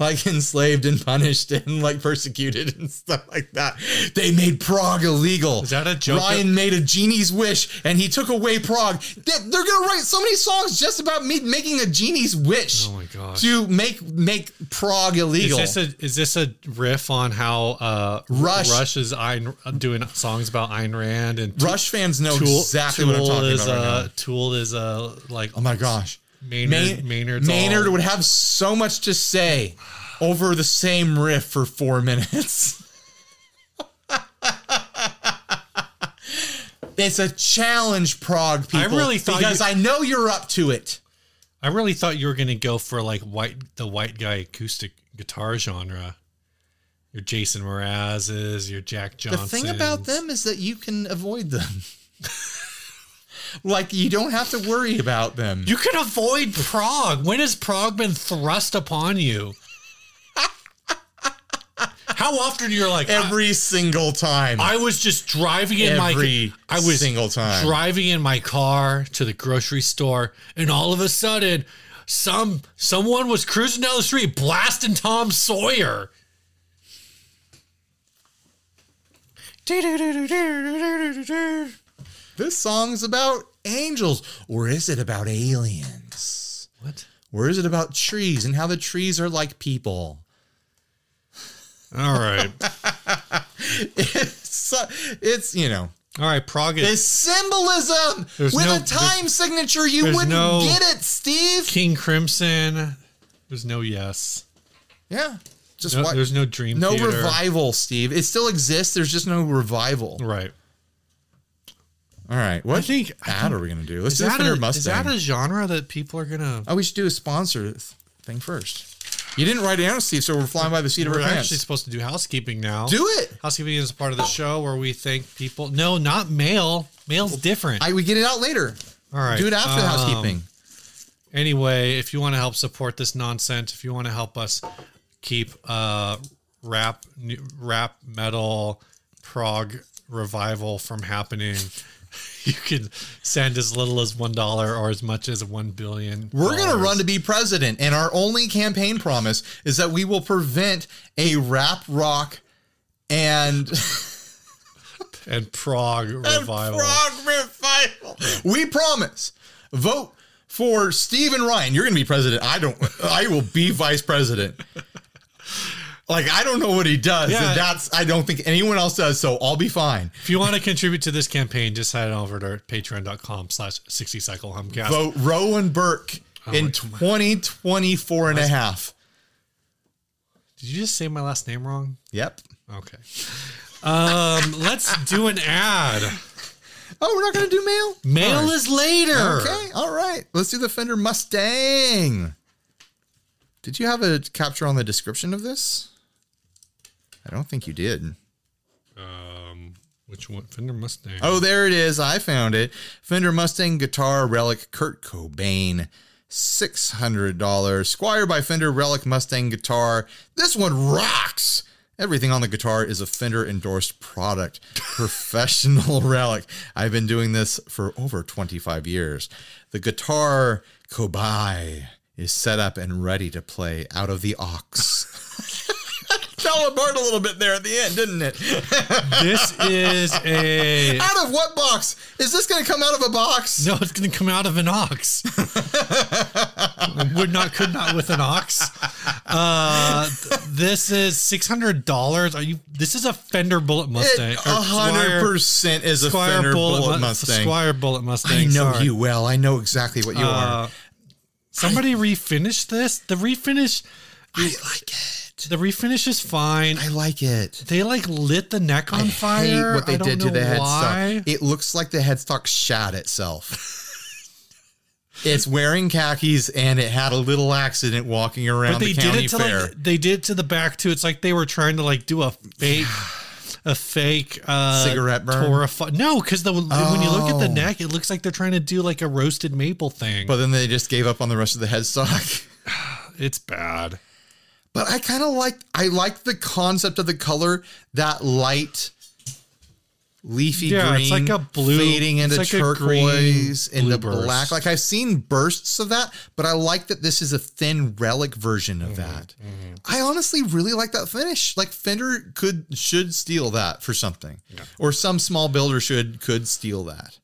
A: like enslaved and punished and like persecuted and stuff like that. They made prog illegal.
B: Is that a joke?
A: Ryan made a genie's wish and he took away prog. They- They're going to write so many songs just about me making a genie's wish.
B: Oh my gosh.
A: To make make prog
B: Is
A: illegal.
B: this a is this a riff on how uh,
A: Rush-
B: Rush is Ayn, doing songs about Ayn Rand and
A: Rush fans know
B: Tool,
A: exactly
B: Tool
A: what I'm talking
B: is
A: about. right
B: uh,
A: now.
B: Tool is uh, like
A: Oh my gosh.
B: Maynard.
A: Mayn-
B: Maynard's
A: Maynard
B: all-
A: would have so much to say over the same riff for four <laughs> minutes. it's a challenge, Prague people.
B: really thought
A: because
B: you-
A: I know you're up to it.
B: I really thought you were gonna go for like white, the white guy acoustic guitar genre. Your Jason Mraz's, your Jack
A: The
B: Johnson.
A: thing about them is that you can avoid them. <laughs> like you don't have to worry about them.
B: you can avoid Prague. When has Prague been thrust upon you? <laughs> How often you're like I,
A: every single time.
B: I was just driving in
A: every
B: my I was
A: single time.
B: driving in my car to the grocery store, and all of a sudden, some someone was cruising down the street blasting Tom Sawyer.
A: this song's about angels, or is it about aliens?
B: What?
A: Or is it about trees and how the trees are like people? <laughs>
B: All right,
A: It's it's you know
B: <laughs> all right. Prague is
A: it's symbolism
B: There's
A: with
B: no-
A: a time signature. You
B: there's
A: wouldn't
B: no-
A: get it, Steve.
B: King Crimson. There's no yes.
A: Yeah, just
B: No,
A: what?
B: there's no dream.
A: no
B: Theater.
A: revival, Steve. It still exists. There's just no revival.
B: Right.
A: All right, what
B: think- I
A: ad are we gonna do? Let's
B: Is
A: do
B: that,
A: Fender
B: a,
A: Mustang.
B: is that a genre that people are gonna?
A: Oh, we should do a sponsor th- thing first. You didn't write it down, Steve, so we're flying by the seat of
B: We're
A: our pants.
B: actually supposed to do housekeeping now.
A: do it.
B: Housekeeping is part of the show where we thank people. No, not mail. Mail's different.
A: I we get it out later.
B: All right.
A: Do it after the
B: Um,
A: housekeeping.
B: Anyway, if you want to help support this nonsense, if you want to help us keep uh, rap, new- rap metal, prog revival from happening, <laughs> you can send as little as one dollar or as much as one billion.
A: We're going to
B: dollars.
A: run to be president, and our only campaign promise is that we will prevent a rap rock and, <laughs>
B: and prog
A: and
B: revival.
A: frog revival. We promise. Vote for Stephen Ryan. You're going to be president. I don't. I will be vice president. <laughs> Like I don't know what he does,
B: Yeah.
A: and that's I don't think anyone else does. So I'll be fine.
B: If you want to contribute to this campaign, just head on over to patreon.com slash 60 cycle humcast.
A: vote Rowan Burke in 2024 and a half.
B: Did you just say my last name wrong?
A: Yep.
B: Okay. Um, let's do an ad.
A: Oh, we're not going to do mail?
B: Mail is later.
A: Okay. All right. Let's do the Fender Mustang. Did you have a capture on the description of this? I don't think you did.
B: Um, which one? Fender Mustang.
A: Oh, there it is. I found it. Fender Mustang guitar relic Kurt Cobain. $600. Squire by Fender Relic Mustang guitar. This one rocks. Everything on the guitar is a Fender endorsed product. Professional relic. I've been doing this for over 25 years. The guitar Kobai is set up and ready to play out of the aux. <laughs> Fell apart a little bit there at the end, didn't it?
B: This is a.
A: out of what box? Is this going to come out of a box?
B: No, it's going to come out of an <laughs> ox. Would not, could not with an ox. Uh, th- this is six hundred dollars. Are you? This is a Fender Bullet Mustang.
A: It
B: or
A: a hundred
B: Squire-
A: percent is a
B: Squire
A: Fender
B: Bullet,
A: Bullet,
B: Mu-
A: Mustang.
B: Squire Bullet Mustang.
A: I know
B: sorry.
A: you well. I know exactly what you are.
B: Uh, somebody refinish this. The refinish,
A: I like it.
B: the refinish is fine.
A: I like it.
B: They like lit the neck on
A: I hate
B: fire.
A: what they
B: I don't
A: did to
B: know
A: the
B: why.
A: headstock. It looks like the headstock shot itself. it's wearing khakis and it had a little accident walking around
B: but they
A: the
B: did
A: county
B: it to
A: fair.
B: like they did it to the back too. It's like they were trying to like do a fake, a fake uh,
A: Cigarette burn?
B: Torrefi- no, because the when you look at the
A: Oh.
B: neck, it looks like they're trying to do like a roasted maple thing.
A: but then they just gave up on the rest of the headstock.
B: it's bad.
A: But I kind of like I like the concept of the color that light leafy
B: Yeah,
A: green
B: it's like a blue-
A: fading into
B: it's like a green
A: turquoise into
B: blue burst.
A: black like I've seen bursts of that but I like that this is a thin relic version of
B: Mm-hmm,
A: that. I honestly really like that finish. Like Fender could should steal that for something. Or some small builder should could steal that.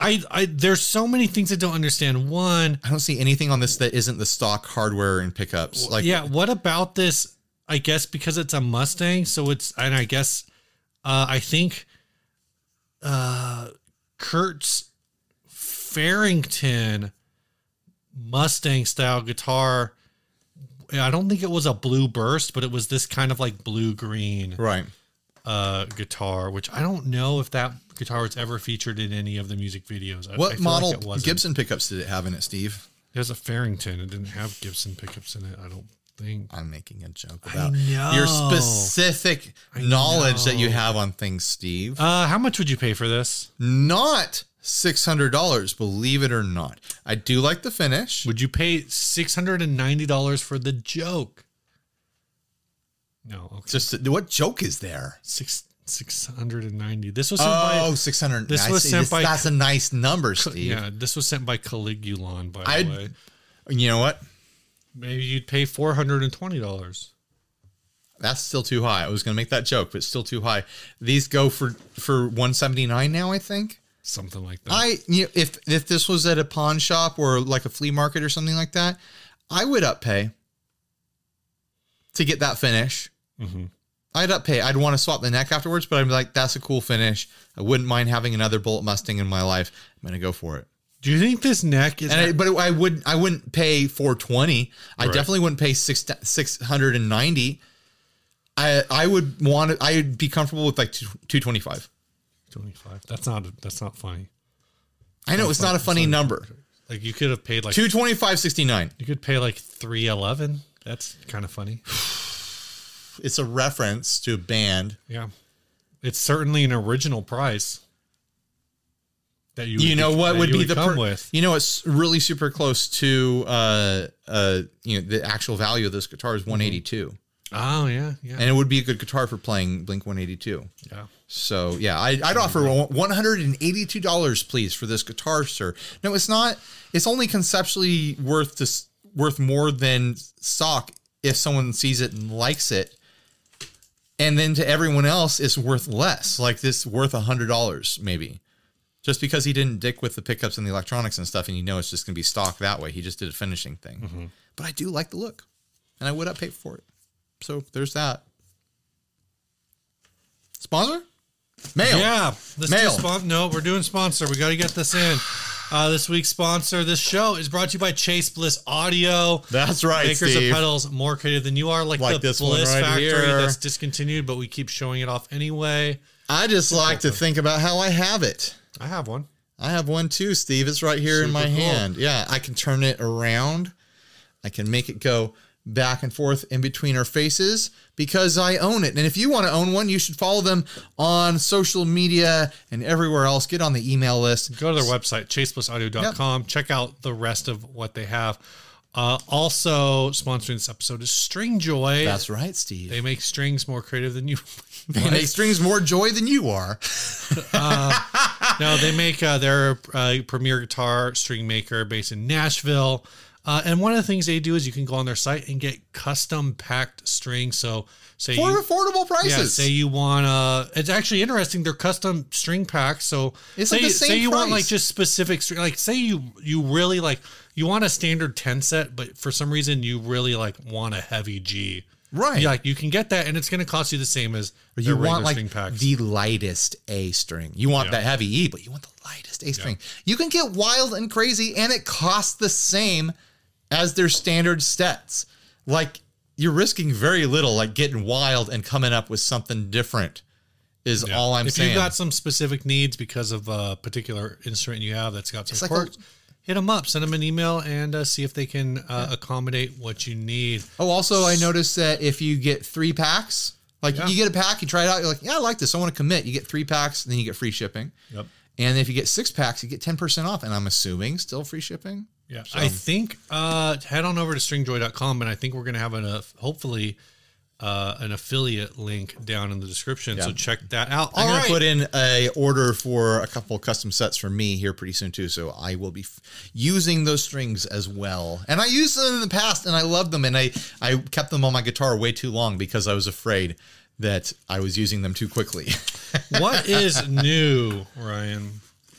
B: I, I there's so many things I don't understand. One,
A: I don't see anything on this that isn't the stock hardware and pickups. Like
B: yeah what about this i guess because it's a mustang so it's and i guess uh i think uh kurt's farrington mustang style guitar i don't think it was a blue burst but it was this kind of like blue green
A: right.
B: uh guitar which i don't know if that guitar was ever featured in any of the music videos I, I
A: What
B: feel
A: model
B: like it wasn't.
A: Gibson pickups did it have in it, Steve?
B: there's a farrington it didn't have gibson pickups in it i don't think
A: I'm making a joke about
B: know.
A: your specific knowledge that you have on things, Steve.
B: Uh, how much would you pay for this?
A: not $600, believe it or not. I do like the finish.
B: Would you pay six hundred and ninety dollars for the joke? No, okay.
A: Just what joke is there?
B: Six six hundred and ninety. This was sent
A: Oh, 600.
B: this
A: I
B: was
A: see.
B: sent by-
A: That's a nice number,
B: by
A: Steve.
B: yeah. This was sent by Caligulon. By
A: I'd-
B: the way,
A: You know what?
B: maybe you'd pay four hundred and twenty dollars.
A: That's still too high. I was going to make that joke, but still too high. These go for for 179 now, I think.
B: Something like that.
A: I you know, if if this was at a pawn shop or like a flea market or something like that, I would up pay to get that finish.
B: Mhm.
A: I'd up pay. I'd want to swap the neck afterwards, but I'd be like, that's a cool finish. I wouldn't mind having another bullet mustang in my life. I'm gonna go for it.
B: Do you think this neck is?
A: And I, but I wouldn't. I wouldn't pay 420. I
B: Right.
A: definitely wouldn't pay six 690. I I would want. to- I'd be comfortable with like two, 225.
B: <laughs> twenty five? That's not. That's not funny.
A: I know it's not a funny number.
B: Like you could have paid like
A: 225.69.
B: you could pay like three eleven. That's kind of funny.
A: It's a reference to a band.
B: Yeah, it's certainly an original price. That you.
A: You
B: would
A: know
B: be-
A: what
B: that
A: would
B: you
A: be the
B: come
A: per-
B: with?
A: You know it's really super close to uh uh you know the actual value of this guitar
B: Mm-hmm.
A: is 182.
B: Oh yeah, yeah,
A: And it would be a good guitar for playing Blink 182.
B: yeah.
A: So yeah, I, I'd offer
B: Mm-hmm.
A: one hundred and eighty-two dollars, please, for this guitar, sir. No, it's not. It's only conceptually worth this worth more than stock if someone sees it and likes it, and then to everyone else, it's worth less. Like this, worth hundred dollars maybe, just because he didn't dick with the pickups and the electronics and stuff, and you know it's just gonna be stock that way. He just did a finishing thing, but I do like the look, and I would up pay for it. So there's that. Sponsor? Mail.
B: Yeah. Let's
A: Mail.
B: do spon- no, we're doing sponsor. We got to get this in. Uh, this week's sponsor, this show is brought to you by Chase Bliss Audio.
A: That's right,
B: Makers
A: Steve.
B: of pedals more creative than you are, like,
A: Like
B: the
A: this one
B: Bliss
A: right
B: Factory
A: here.
B: that's discontinued, but we keep showing it off anyway.
A: I just like to think about how I have it.
B: I have one.
A: I have one too, Steve. It's right here in my
B: Super cool.
A: hand. Yeah, I can turn it around. I can make it go back and forth in between our faces because I own it. And if you want to own one, you should follow them on social media and everywhere else. Get on the email list.
B: Go to their website, chaseblissaudio.com. Check out the rest of what they have. Uh, also, sponsoring this episode is String Joy.
A: That's right, Steve.
B: They make strings more creative than you. <laughs>
A: They make strings more joy than you are.
B: No, they make uh, their uh, premier guitar string maker based in Nashville. Uh, and one of the things they do is you can go on their site and get custom packed strings. So say
A: For
B: you,
A: affordable
B: yeah,
A: prices.
B: say you want uh it's actually interesting. They're custom string packs. So
A: It's
B: say,
A: like the
B: you-
A: same
B: say you want
A: price.
B: like just specific string. Like say you you really like you want a standard ten set, but for some reason you really like want a heavy G.
A: Right.
B: Yeah, like you can get that, and it's going to cost you the same as
A: You
B: their regular
A: want like
B: string packs.
A: the lightest A string. You want
B: Yeah.
A: that heavy E, but you want the lightest A string. You can get wild and crazy, and it costs the same as their standard sets. Like you're risking very little, like getting wild and coming up with something different. Is
B: Yeah.
A: all I'm
B: if
A: saying.
B: you've got some specific needs because of a particular instrument you have that's got some
A: like a-
B: quirks, hit them up, send them an email, and uh, see if they can uh, accommodate what you need.
A: oh, also, I noticed that if you get three packs, like
B: Yeah.
A: you get a pack, you try it out, you're like, yeah, I like this, I want to commit. You get three packs, and then you get free shipping.
B: Yep.
A: And if you get six packs, you get ten percent off, and I'm assuming still free shipping.
B: Yeah. I think uh, head on over to stringjoy.com, and I think we're going to have an uh, hopefully uh, an affiliate link down in the description. So check that out.
A: I'm
B: All
A: gonna
B: right.
A: put in a order for a couple custom sets for me here pretty soon too. So I will be f- using those strings as well, and I used them in the past, and I loved them, and I I kept them on my guitar way too long because I was afraid that I was using them too quickly. <laughs>
B: what <laughs> is new, Ryan?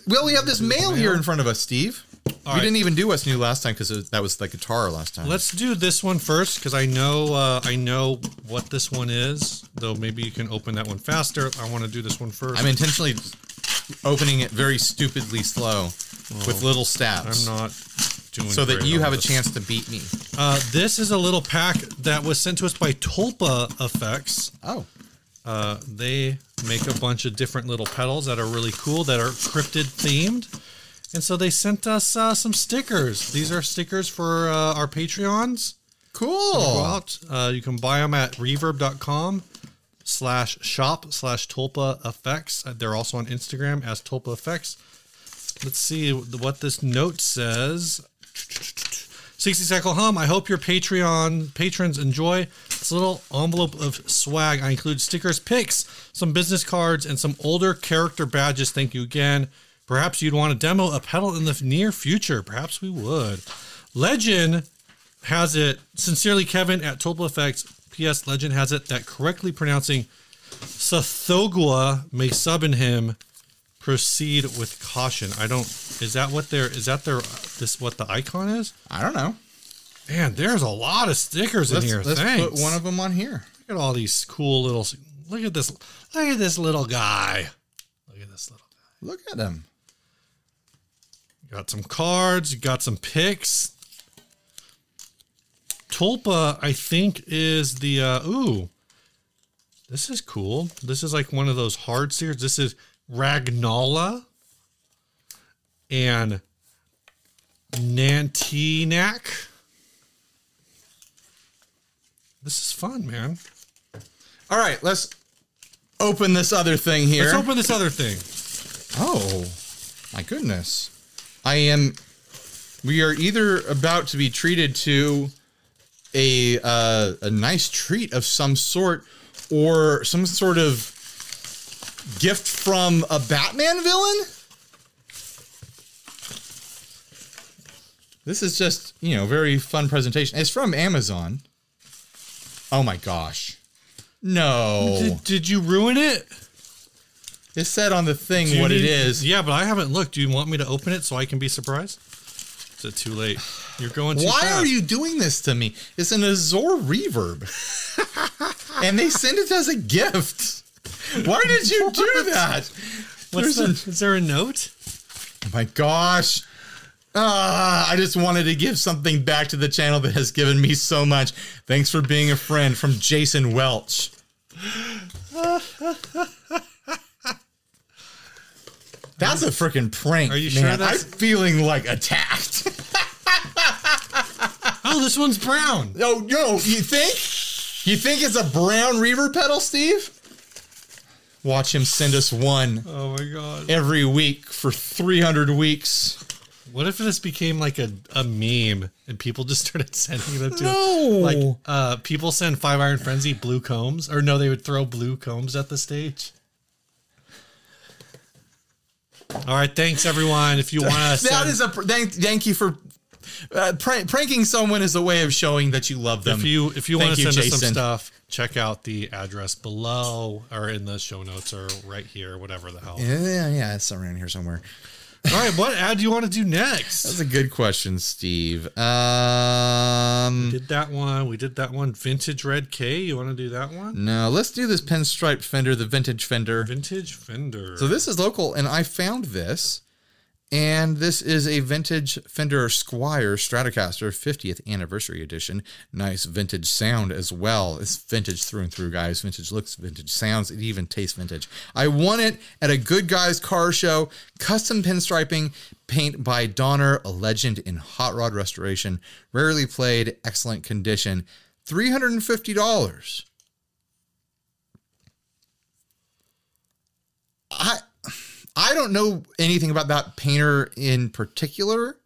A: well, we have this mail here in front of us, Steve. we
B: right.
A: didn't even do what's new last time because that was the guitar last time.
B: Let's do this one first because I know uh, I know what this one is. Though maybe you can open that one faster. I want to do this one first.
A: I'm intentionally opening it very stupidly slow with little
B: I'm
A: stabs.
B: not doing
A: so that
B: great
A: you
B: on
A: have a
B: this.
A: chance to beat me.
B: Uh, this is a little pack that was sent to us by Tulpa Effects.
A: Oh,
B: Uh, they make a bunch of different little pedals that are really cool that are cryptid themed. And so they sent us uh, some stickers. These are stickers for uh, our Patreons. Go
A: cool.
B: out. Uh, you can buy them at reverb.com slash shop slash Tulpa Effects. Uh, They're also on Instagram as Tulpa Effects. Let's see what this note says. 60 Cycle Hum, I hope your Patreon patrons enjoy this little envelope of swag. I include stickers, pics, some business cards, and some older character badges. Thank you again. Perhaps you'd want to demo a pedal in the near future. Perhaps we would. Legend has it. Sincerely, Kevin at Total Effects. P.S. Legend has it that correctly pronouncing Sathogua may sub in him. Proceed with caution. I don't. Is that what their? Is that their? This what the icon is?
A: I don't know.
B: Man, there's a lot of stickers
A: Let's,
B: in here.
A: let's
B: Thanks.
A: put one of them on here.
B: look at all these cool little. Look at this. Look at this little guy. Look at this little.
A: Look at them.
B: Got some cards, got some picks. Tulpa, I think, is the uh ooh. This is cool. This is like one of those hard sears. This is Ragnala and Nantinac. This is fun, man.
A: All right, let's open this other thing here.
B: Let's open this other thing.
A: Oh, my goodness. I am. We are either about to be treated to a uh, a nice treat of some sort, or some sort of gift from a Batman villain. This is just you know very fun presentation. It's from Amazon. Oh my gosh! No, Oh.
B: Did, did you ruin it?
A: it said on the
B: Do
A: thing
B: you
A: what it
B: need-
A: is.
B: Yeah, but I haven't looked. Do you want me to open it so I can be surprised? Is it too late? You're going too
A: Why
B: fast.
A: are you doing this to me? It's an Azor reverb. and they send it as a gift. Why did you do that?
B: What's the,
A: There's
B: is there a note?
A: Oh my gosh. Ah, I just wanted to give something back to the channel that has given me so much. Thanks for being a friend from Jason Welch. That's a freaking prank.
B: Are you
A: man.
B: sure that's-
A: I'm feeling like attacked. <laughs>
B: Oh, this one's brown.
A: <laughs> No, no, you think? You think it's a brown reverb pedal, Steve? Watch him send us one
B: Oh my god.
A: every week for 300 weeks.
B: What if this became like a, a meme and people just started <laughs> sending them to
A: No.
B: like uh people send Five Iron Frenzy blue combs or no they would throw blue combs at the stage. All right, thanks everyone. If you want to
A: <laughs> That is a pr- thank, thank you for uh, prank- pranking someone is a way of showing that you love them.
B: if you if you want
A: Um, Thank
B: to
A: you,
B: send us some
A: Jason.
B: stuff, check out the address below or in the show notes or right here, whatever the hell.
A: yeah, yeah, it's around here somewhere.
B: All right, what ad do you want to do next?
A: That's a good question, Steve. Um,
B: Did that one? We did that one. Vintage Red K. You want to do that one?
A: no, let's do this pinstripe fender, the vintage fender.
B: Vintage Fender.
A: So this is local, and I found this, and this is a vintage Fender Squire Stratocaster 50th anniversary edition. Nice vintage sound as well. It's vintage through and through, guys. Vintage looks, vintage sounds, it even tastes vintage. I won it at a good guys car show. Custom pinstriping, paint by Donner, a legend in hot rod restoration. Rarely played, excellent condition. Three hundred and fifty dollars. I I don't know anything about that painter in particular,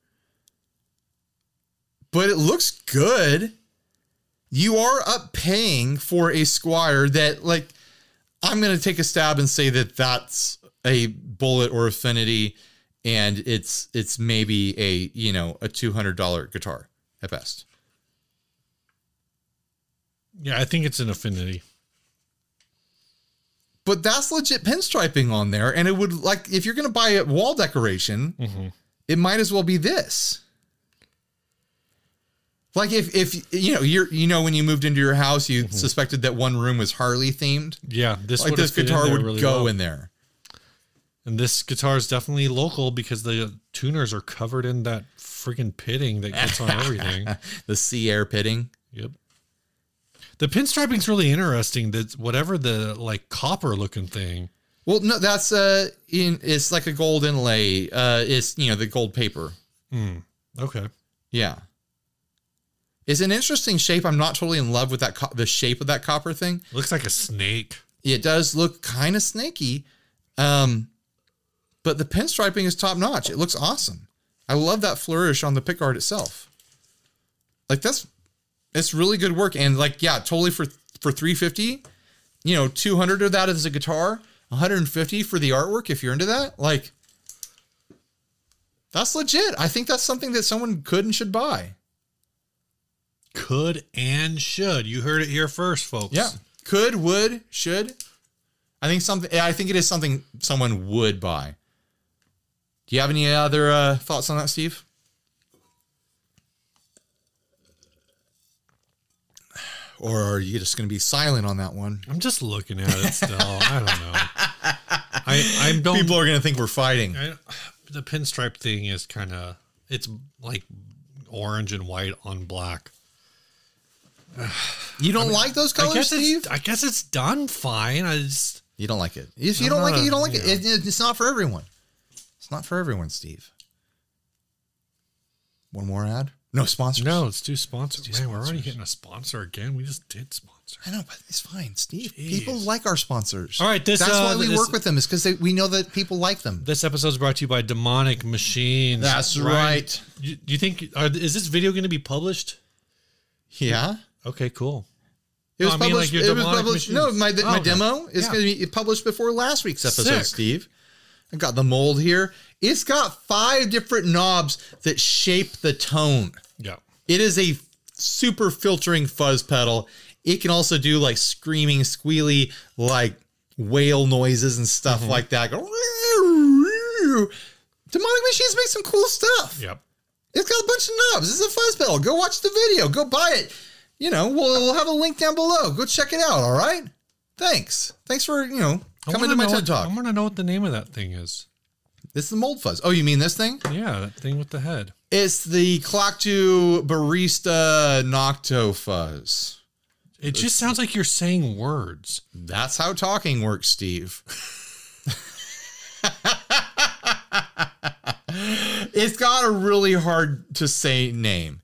A: but it looks good. You are up paying for a squire that like I'm going to take a stab and say that that's a bullet or affinity and it's it's maybe a, you know, a $200 guitar at best.
B: yeah, I think it's an affinity.
A: but that's legit pinstriping on there. And it would like if you're gonna buy a wall decoration,
B: Mm-hmm.
A: it might as well be this. Like if if you know you're you know when you moved into your house, you
B: Mm-hmm.
A: suspected that one room was Harley themed.
B: Yeah, this
A: Like
B: would've
A: this
B: fit in
A: guitar
B: there
A: would
B: really
A: go
B: well.
A: in there. <laughs>
B: And this guitar is definitely local because the tuners are covered in that freaking pitting that gets
A: <laughs>
B: on everything.
A: The sea air pitting.
B: Yep. The pinstriping's really interesting. That whatever the like copper looking thing.
A: Well, no, that's uh in it's like a gold inlay. Uh it's you know, the gold paper.
B: Hmm. Okay.
A: Yeah. It's an interesting shape. I'm not totally in love with that co- the shape of that copper thing.
B: Looks like a snake.
A: it does look kind of snaky. Um, but the pinstriping is top notch. It looks awesome. I love that flourish on the pickguard itself. Like that's it's really good work. And like, yeah, totally for for 350, you know, 200 of that is a guitar, 150 for the artwork if you're into that. Like that's legit. I think that's something that someone could and should buy.
B: Could and should. You heard it here first, folks.
A: Yeah. Could, would, should. I think something I think it is something someone would buy. Do you have any other uh, thoughts on that, Steve? Or are you just going to be silent on that one?
B: I'm just looking at it still. I don't know. I <laughs> I don't.
A: People are going to think we're fighting.
B: I, the pinstripe thing is kind of it's like orange and white on black.
A: You don't like those
B: I
A: colors,
B: guess
A: Steve?
B: it's I guess it's done fine. I just
A: You don't like it. If you
B: I'm
A: don't like
B: not
A: it, you
B: a-
A: don't like it.
B: yeah.
A: It- it- It's not for everyone. It's not for everyone, Steve. One more ad? No sponsors.
B: no, it's too sponsored.
A: It's too
B: Man, we're already
A: sponsors.
B: getting a sponsor again. We just did sponsor.
A: I know, but it's fine, Steve.
B: Jeez.
A: People like our sponsors.
B: All right, this,
A: that's
B: uh,
A: why we
B: this-
A: work with them is because we know that people like them.
B: This episode is brought to you by Demonic Machines.
A: That's
B: Ryan,
A: right.
B: You, you think are, is this video going to be published?
A: Yeah,
B: Okay, cool.
A: it was
B: No, I mean, like,
A: published.
B: your
A: it was
B: demonic
A: published.
B: machines.
A: No, my,
B: Oh,
A: my
B: okay.
A: demo is
B: Yeah.
A: going to be published before last week's episode,
B: Sick.
A: Steve. I got the mold here. It's got five different knobs that shape the tone.
B: Yeah.
A: It is a super filtering fuzz pedal. It can also do like screaming, squealy, like whale noises and stuff
B: Mm-hmm.
A: like that. Go, Demonic machines make some cool stuff.
B: Yep.
A: It's got a bunch of knobs. It's a fuzz pedal. Go watch the video. Go buy it. You know, we'll, we'll have a link down below. Go check it out. All right. Thanks. Thanks for you know
B: I
A: coming
B: wanna
A: to my
B: know
A: TED
B: what-
A: talk.
B: I want to know what the name of that thing is.
A: It's the mold fuzz. Oh, you mean this thing?
B: Yeah, that thing with the head.
A: It's the clock to barista nocto fuzz.
B: It just sounds like you're saying words.
A: That's how talking works, Steve. it's got a really hard to say name.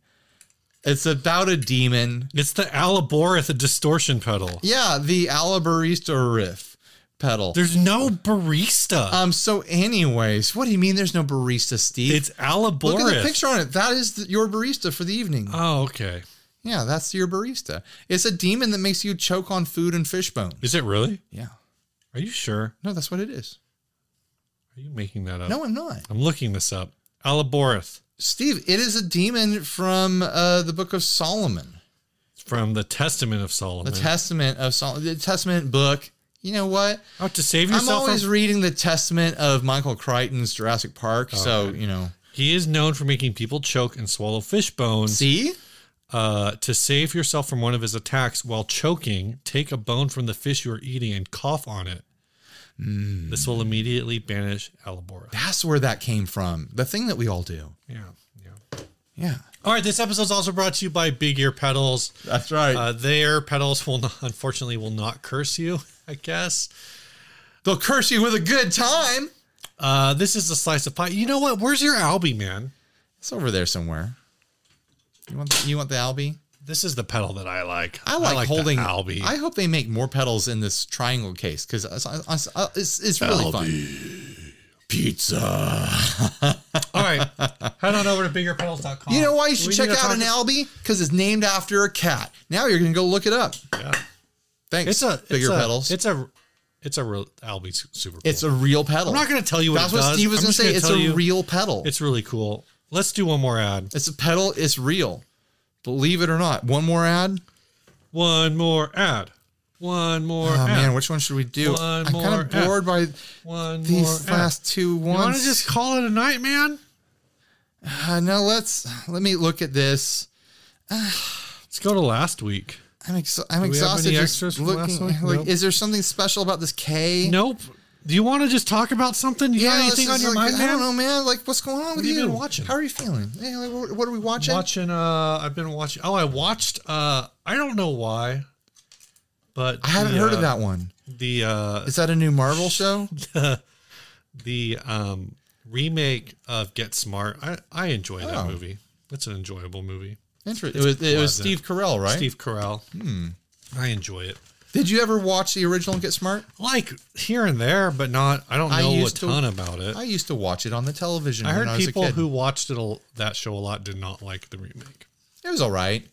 A: It's about a demon.
B: It's the Alaboreth distortion pedal.
A: Yeah, the Alabarista riff pedal.
B: There's no barista.
A: Um. So, anyways, what do you mean? There's no barista, Steve.
B: it's Alaboreth.
A: Look at the picture on it. That is the, your barista for the evening.
B: Oh, okay.
A: yeah, that's your barista. It's a demon that makes you choke on food and fish bones.
B: Is it really?
A: Yeah.
B: Are you sure?
A: No, that's what it is.
B: Are you making that up?
A: No, I'm not.
B: I'm looking this up. Alaboreth
A: Steve, it is a demon from uh, the Book of Solomon,
B: from the Testament of Solomon.
A: the Testament of Solomon, the Testament book. You know what?
B: oh, to save
A: I'm
B: yourself.
A: always
B: from-
A: reading the Testament of Michael Crichton's Jurassic Park, so you know.
B: he is known for making people choke and swallow fish bones.
A: See,
B: Uh, to save yourself from one of his attacks while choking, take a bone from the fish you are eating and cough on it. This will immediately banish Alaboreth.
A: that's where that came from. The thing that we all do.
B: Yeah, yeah.
A: Yeah,
B: All right, this episode is also brought to you by Big Ear Pedals.
A: that's right.
B: Uh, their pedals will not, unfortunately will not curse you. <laughs> I guess
A: They'll curse you with a good time.
B: uh, this is a slice of pie. You know what? Where's your Albie, man?
A: It's over there somewhere. You want the, you want the Albie?
B: This is the pedal that I like.
A: I like,
B: the
A: holding
B: Albie.
A: I hope they make more pedals in this triangle case because it's, it's, it's, it's really fun. Pizza.
B: All right, head on over to biggerpedals.com.
A: You know why you should
B: We
A: check
B: need to
A: out
B: talk-
A: an Albie? Because it's named after a cat. Now you're gonna go look it up.
B: Yeah.
A: Thanks.
B: It's a
A: bigger
B: it's a-
A: pedals. It's,
B: It's a it's a real Albie's super. Cool.
A: a real pedal.
B: I'm not going to tell you what
A: That's
B: it
A: what
B: does.
A: Steve was
B: I'm
A: gonna
B: just
A: say. It's
B: tell
A: a
B: you
A: real pedal. It's,
B: It's really cool. Let's do one more ad.
A: a pedal. It's real. Believe it or not. One more ad.
B: One more ad. One more
A: Oh
B: ad.
A: man, which one should we do?
B: One
A: I'm
B: more
A: kind of
B: ad.
A: bored by
B: one more
A: these last two
B: ad. You want to
A: ones.
B: just call it a night, man?
A: uh, no, let's let me look at this.
B: Let's go to last week.
A: I'm ex- I'm
B: we have
A: exhausted.
B: any
A: just
B: extras from last
A: looking,
B: week?
A: like,
B: Nope.
A: is there something special about this K?
B: Nope. Do you want to just talk about something? You got
A: this
B: anything on
A: is
B: your
A: like-
B: mind,
A: I don't
B: man?
A: know, man. Like, what's going on with
B: have
A: you?
B: you been watching?
A: How are you feeling? Hey, like, what, what are we watching?
B: Watching. Uh, I've been watching. Oh, I watched. Uh, I don't know why, but
A: I haven't
B: the,
A: heard
B: uh,
A: of that one.
B: The uh,
A: Is that a new Marvel show?
B: the um remake of Get Smart. I I enjoy that
A: Oh.
B: movie. It's an enjoyable movie.
A: Interesting. It was, it was Steve Carell, right? Hmm.
B: Steve Carell. I enjoy it.
A: Did you ever watch the original Get Smart?
B: Like here and there, but not. I don't
A: I
B: know a
A: used to-
B: ton about it.
A: I
B: I,
A: used to watch it on the television. when
B: heard
A: I was a
B: people
A: kid.
B: who watched it a, that show a lot did not like the remake.
A: It was all right.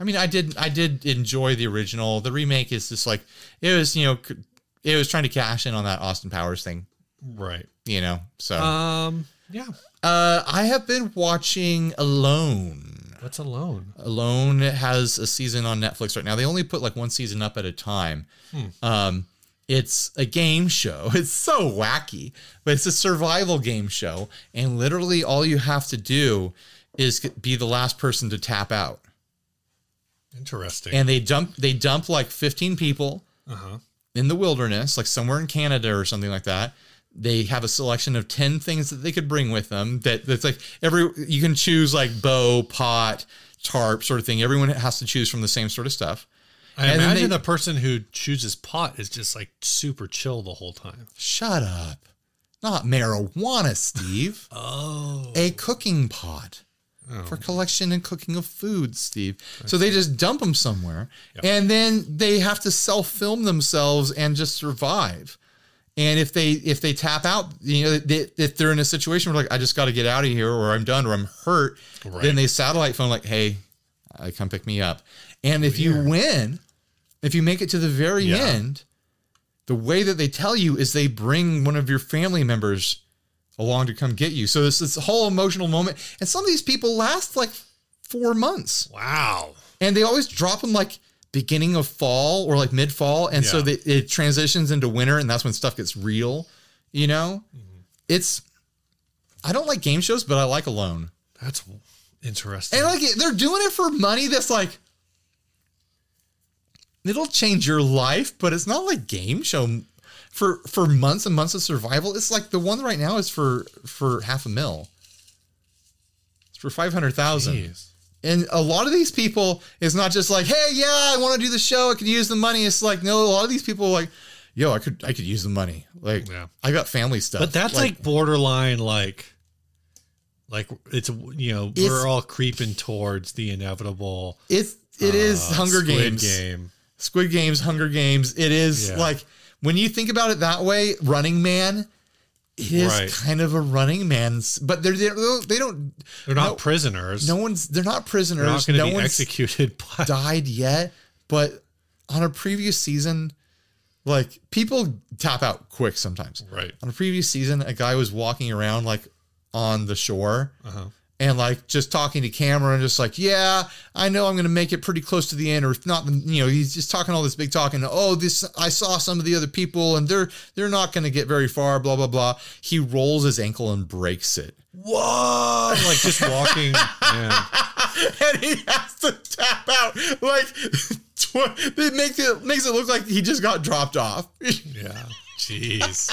A: I mean, I did I did enjoy the original. The remake is just like it was, you know, c- it was trying to cash in on that Austin Powers thing,
B: Right.
A: you know. So
B: Um. Yeah.
A: uh, I have been watching Alone.
B: What's alone?
A: Alone has a season on Netflix right now. They only put like one season up at a time. Um, it's a game show. <laughs> It's so wacky, but it's a survival game show. And literally, all you have to do is c- be the last person to tap out.
B: Interesting.
A: And they dump they dump like 15 people
B: Uh huh.
A: in the wilderness, like somewhere in Canada or something like that. They have a selection of 10 things that they could bring with them that that's like every you can choose like bow, pot, tarp sort of thing. Everyone has to choose from the same sort of stuff.
B: I
A: And then
B: imagine
A: they-
B: the person who chooses pot is just like super chill the whole time.
A: Shut up. Not marijuana, Steve.
B: Oh.
A: a cooking pot for collection and cooking of food, Steve. So they just dump them somewhere and then they have to self film themselves and just survive. And if they if they tap out, you know, they, if they're in a situation where like I just got to get out of here or I'm done or I'm hurt, then
B: Right.
A: they satellite phone like, "Hey, uh, come pick me up." And if you win, if you make it to the very
B: Yeah.
A: end, the way that they tell you is they bring one of your family members along to come get you. So this this whole emotional moment, and some of these people last like four months,
B: Wow.
A: and they always drop them like beginning of fall or like mid fall, and so
B: Yeah.
A: that it transitions into winter, and that's when stuff gets real. You know,
B: Mm-hmm.
A: it's. I don't like game shows, but I like Alone,
B: That's w- interesting.
A: and like they're doing it for money. That's like. It'll change your life, but it's not like game show m- for for months and months of survival. It's like the one right now is for for half a mil. It's for five hundred thousand.
B: Jeez.
A: And a lot of these people is not just like, hey, yeah, I want to do the show. I could use the money. It's like, no, a lot of these people are like, yo, I could I could use the money. Like,
B: Yeah.
A: I got family stuff.
B: But that's like, borderline like like it's you know,
A: It's-
B: we're all creeping towards the inevitable
A: it's it is
B: uh,
A: Hunger
B: Squid
A: Games,
B: Game.
A: Squid Games, Hunger Games. It is
B: Yeah.
A: like when you think about it that way, Running Man is
B: Right.
A: kind of a Running Man's, but they're, they're they don't
B: They're not
A: No-
B: prisoners.
A: no one's they're not prisoners.
B: they're not going to
A: no
B: be
A: one's
B: executed <laughs> by
A: died yet, but on a previous season, like people tap out quick sometimes.
B: right.
A: on a previous season, a guy was walking around like on the shore
B: Uh-huh.
A: and like just talking to camera and just like, yeah, I know I'm gonna make it pretty close to the end, or if not, then, you know, he's just talking all this big talk and oh, this I saw some of the other people and they're they're not gonna get very far, blah blah blah. He rolls his ankle and breaks it,
B: Whoa! Like just walking. man.
A: <laughs> and he has to tap out like. <laughs> tw- It makes it makes it look like he just got dropped off. <laughs>
B: Yeah. Jeez.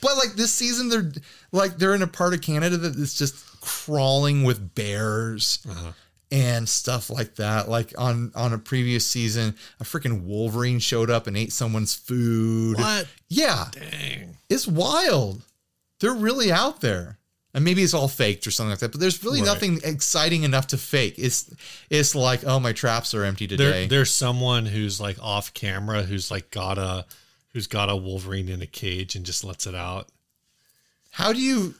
A: But like this season, they're like they're in a part of Canada that is just crawling with bears
B: Uh-huh.
A: and stuff like that. Like on on a previous season, a freaking wolverine showed up and ate someone's food.
B: What?
A: Yeah,
B: Dang.
A: it's wild. They're really out there. And maybe it's all faked or something like that, but there's really
B: Right.
A: nothing exciting enough to fake. It's it's like, oh, my traps are empty today.
B: There, there's someone who's like off camera who's like got a who's got a Wolverine in a cage and just lets it out.
A: How do you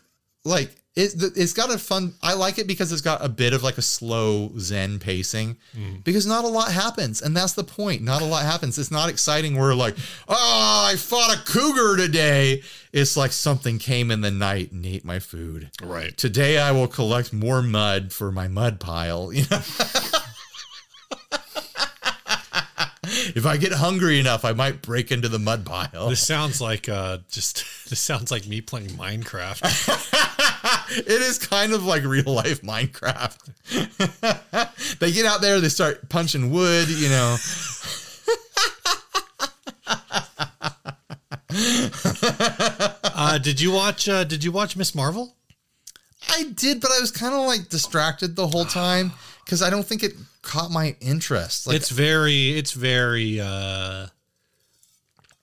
A: like it, the- it's got a fun I like it because it's got a bit of like a slow zen pacing because not a lot happens and that's the point not a lot happens it's not exciting where like oh I fought a cougar today it's like something came in the night and ate my food
B: Right.
A: today I will collect more mud for my mud pile you know <laughs> if I get hungry enough I might break into the mud pile
B: This sounds like uh just <laughs> this sounds like me playing Minecraft.
A: it is kind of like real life Minecraft. <laughs> they get out there, they start punching wood, you know.
B: uh did you watch uh did you watch Miss Marvel?
A: I did, but I was kind of like distracted the whole time because I don't think it caught my interest. Like,
B: it's very it's very uh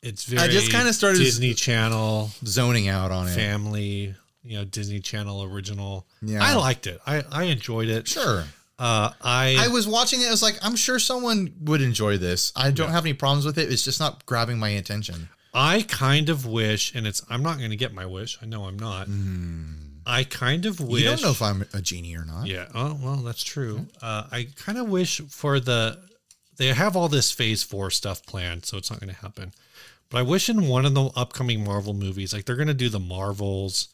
B: it's very
A: I just kinda started-
B: Disney Channel
A: zoning out on it.
B: family, you know, Disney Channel original.
A: Yeah.
B: I liked it. I I enjoyed it.
A: Sure.
B: Uh I,
A: I was watching it. I was like, I'm sure someone would enjoy this. I don't have any problems with it. It's just not grabbing my attention.
B: I kind of wish, and it's I'm not going to get my wish. I know I'm not. I kind of wish.
A: You don't know if I'm a genie or not.
B: Yeah. Oh well, that's true. Uh, I kind of wish for the they have all this Phase Four stuff planned, so it's not going to happen. But I wish in one of the upcoming Marvel movies, like they're going to do the Marvels,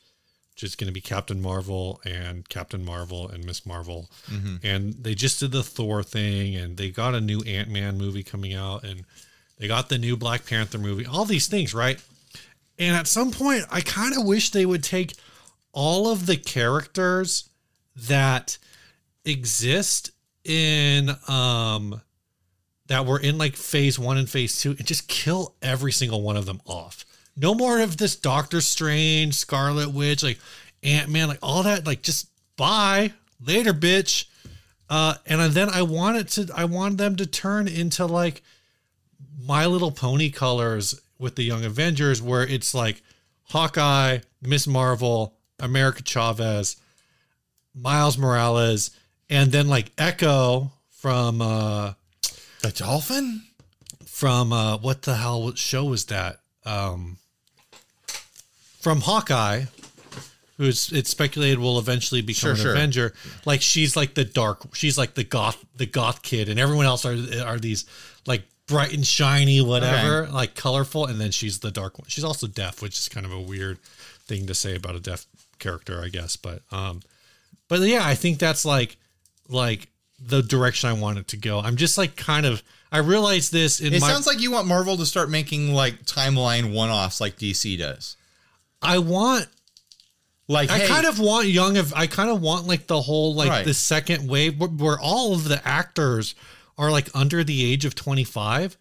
B: which is going to be Captain Marvel and Captain Marvel and Miss Marvel, and they just did the Thor thing, and they got a new Ant Man movie coming out, and they got the new Black Panther movie. All these things, right? And at some point, I kind of wish they would take all of the characters that exist in um that were in like phase one and phase two and just kill every single one of them off no more of this doctor strange scarlet witch like ant-man like all that like just bye later bitch uh and then i wanted to i wanted them to turn into like my Little Pony colors with the Young Avengers, where it's like Hawkeye, Miss Marvel, America Chavez, Miles Morales, and then like Echo from uh
A: The dolphin?
B: from uh what the hell was- show was that? Um from Hawkeye, who's it's speculated will eventually become
A: Sure,
B: an
A: sure.
B: Avenger. Like she's like the dark, she's like the goth, the goth kid, and everyone else are are these like bright and shiny, whatever, like colorful, and then she's the dark one. She's also deaf, which is kind of a weird thing to say about a deaf character, I guess. But um, but yeah, I think that's like like the direction I want it to go. I'm just like kind of I realized this in
A: It
B: my
A: sounds like you want Marvel to start making like timeline one offs like DC does.
B: I want
A: Like,
B: I
A: hey,
B: kind of want young of I kind of want like the whole like
A: Right.
B: the second wave where, where all of the actors are like under the age of 25.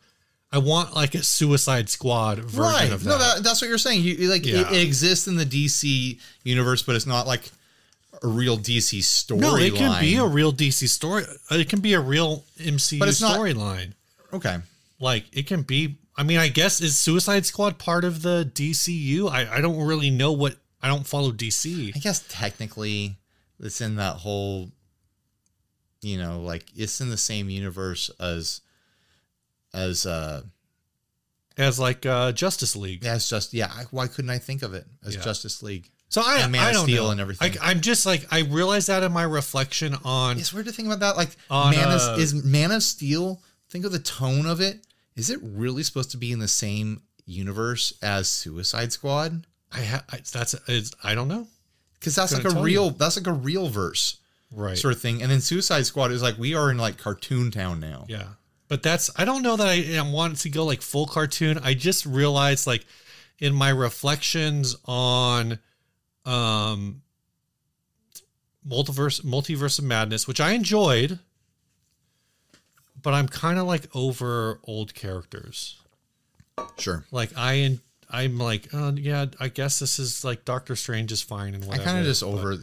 B: I want like a suicide squad version
A: right.
B: of that.
A: No, that, that's what you're saying. You you, like
B: Yeah.
A: it, it exists in the DC universe, but it's not like a real DC storyline.
B: no, it can be a real DC story. It can be a real MCU
A: But it's not-
B: storyline.
A: okay.
B: Like it can be I mean, I guess is Suicide Squad part of the DCU? I, I don't really know what I don't follow DC.
A: I guess technically it's in that whole you know, like it's in the same universe as as uh
B: As like uh Justice League.
A: as just yeah, I, why couldn't I think of it as
B: Yeah.
A: Justice League?
B: So I,
A: And Man
B: I
A: of
B: don't
A: Steel
B: know.
A: and everything.
B: I, I'm just like I realized that in my reflection on
A: It's weird to think about that. Like
B: On,
A: Man
B: uh,
A: of, is Man of Steel, think of the tone of it. Is it really supposed to be in the same universe as Suicide Squad?
B: I, ha- I that's it's, I don't know
A: Because that's
B: Couldn't
A: like a
B: tell you.
A: real that's like a real verse
B: right
A: sort of thing. And then Suicide Squad is like we are in like cartoon town now.
B: yeah but that's I don't know that I, I wanted to go like full cartoon I just realized like in my reflections on um multiverse multiverse of madness which I enjoyed but I'm kind of like over old characters
A: Sure.
B: like I and I'm like oh yeah I guess this is like Doctor Strange is fine and
A: I
B: whatever
A: kind of just
B: but-
A: over.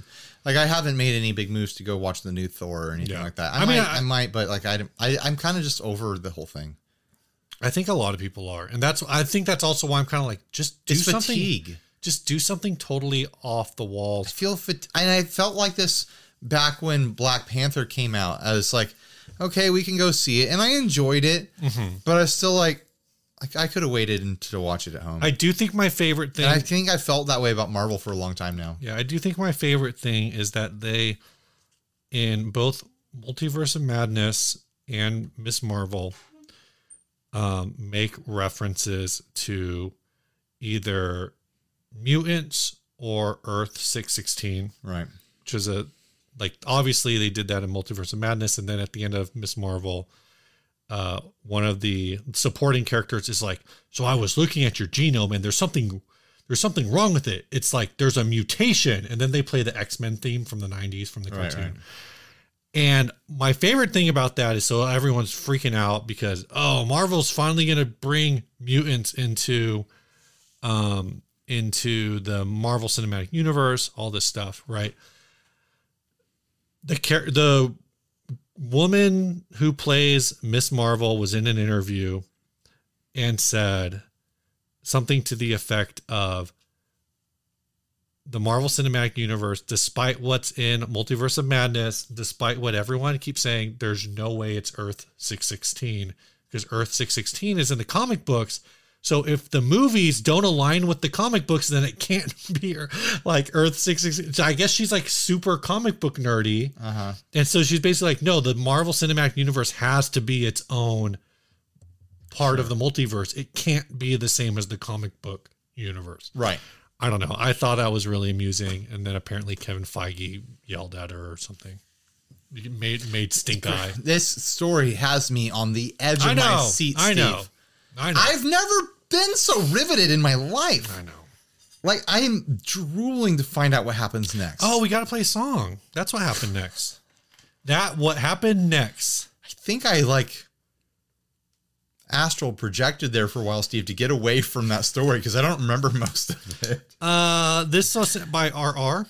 A: Like I haven't made any big moves to go watch the new Thor or anything
B: Yeah.
A: like that. I,
B: I
A: might,
B: mean,
A: I,
B: I-
A: might, but like I, I I'm kind of just over the whole thing.
B: I think a lot of people are, and that's I think that's also why I'm kind of like just do
A: it's
B: something,
A: fatigue.
B: just do something totally off the
A: I
B: walls.
A: feel fat- and I felt like this back when Black Panther came out. I was like, okay, we can go see it, and I enjoyed it, but I was still like, I, I could have waited and to watch it at home.
B: I do think my favorite thing,
A: and I think I felt that way about Marvel for a long time now.
B: yeah, I do think my favorite thing is that they, in both Multiverse of Madness and Miss Marvel, um, make references to either mutants or Earth six sixteen.
A: Right.
B: which is a like obviously they did that in Multiverse of Madness, and then at the end of Miss Marvel, uh, one of the supporting characters is like, "So I was looking at your genome, and there's something." There's something wrong with it. It's like there's a mutation, and then they play the X Men theme from the '90s from the
A: Right,
B: cartoon. And my favorite thing about that is so everyone's freaking out because oh, Marvel's finally going to bring mutants into um into the Marvel Cinematic Universe, all this stuff, right? The char- the woman who plays Miss Marvel was in an interview and said something to the effect of the Marvel Cinematic Universe, despite what's in Multiverse of Madness, despite what everyone keeps saying, there's no way it's Earth 616 because Earth 616 is in the comic books. So if the movies don't align with the comic books, then it can't <laughs> be like Earth six six. I guess she's like super comic book nerdy,
A: Uh-huh.
B: and so she's basically like, no, the Marvel Cinematic Universe has to be its own part of the multiverse. It can't be the same as the comic book universe.
A: Right.
B: I don't know. I thought that was really amusing, and then apparently Kevin Feige yelled at her or something. It made made stink eye.
A: This story has me on the edge of
B: I know.
A: my seat, Steve.
B: I know. I know.
A: I've never been so riveted in my life.
B: I know.
A: Like I'm drooling to find out what happens next.
B: Oh, we got to play a song. That's what happened next. That what happened next.
A: I think I like astral projected there for a while, Steve, to get away from that story because I don't remember <laughs> most of it.
B: Uh, this was sent by RR.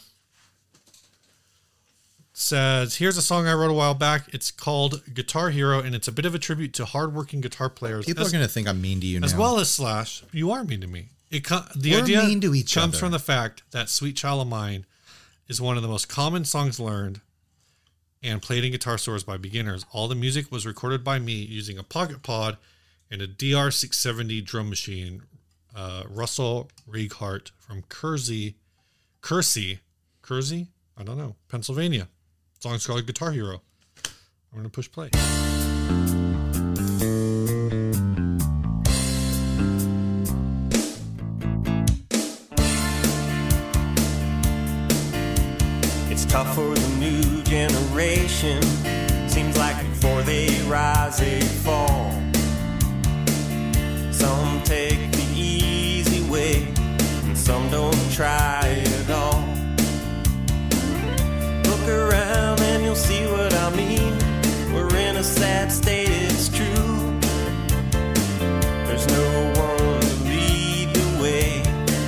B: Says, here's a song I wrote a while back. It's called Guitar Hero, and it's a bit of a tribute to hardworking guitar players
A: People
B: as,
A: are going to think I'm mean to you now.
B: as well as Slash. You are mean to me. It co- the
A: We're
B: idea
A: mean to each
B: comes
A: other.
B: from the fact that "Sweet Child of Mine" is one of the most common songs learned and played in guitar stores by beginners. All the music was recorded by me using a pocket pod and a DR670 drum machine. Uh, Russell Reighart from Kersey, Kersey, Kersey, I don't know, Pennsylvania. Song's called Guitar Hero. I'm gonna push play.
C: It's tough for the new generation. Seems like before they rise, they fall. Some take the easy way, and some don't try at all. Look around and you'll see what I mean. We're in a sad state, it's true. There's no one to lead the way,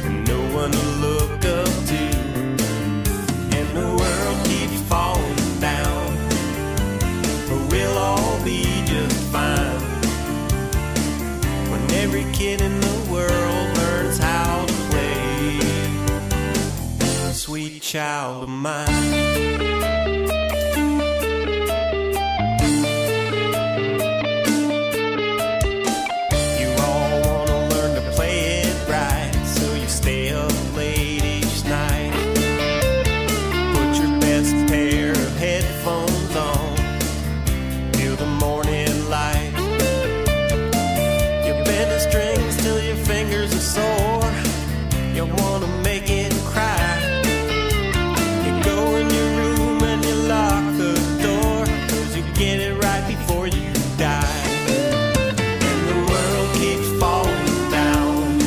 C: and no one to look up to and the world keeps falling down. But we'll all be just fine when every kid in the world learns how to play. Sweet child of mine. You all wanna learn to play it right, so you stay up late each night. Put your best pair of headphones on. Feel the morning light. You bend the strings till your fingers are sore. You wanna make it cry. You go in your room and you lock the door. Cause you get it right before you die. And the world keeps falling down.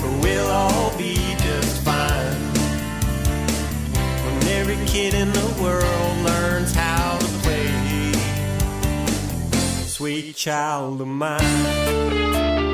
C: But we'll all be just fine when every kid in the world learns how to play. Sweet child of mine.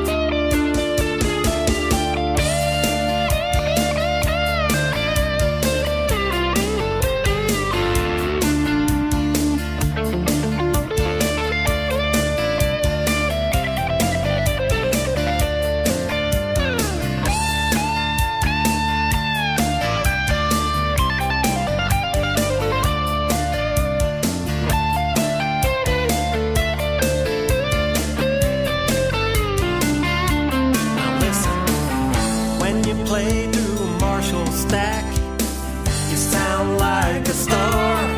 C: Now listen, when you play through a Marshall stack, you sound like a star.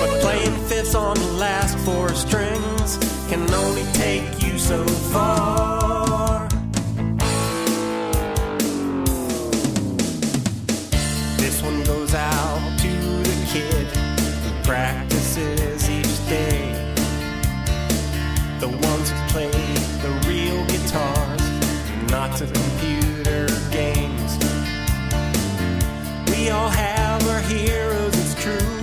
C: But playing fifths on the last four strings can only take you so far. This one goes out to the kid who practices each day. The ones who play the real guitars, not to computer games. We all have our heroes, it's true.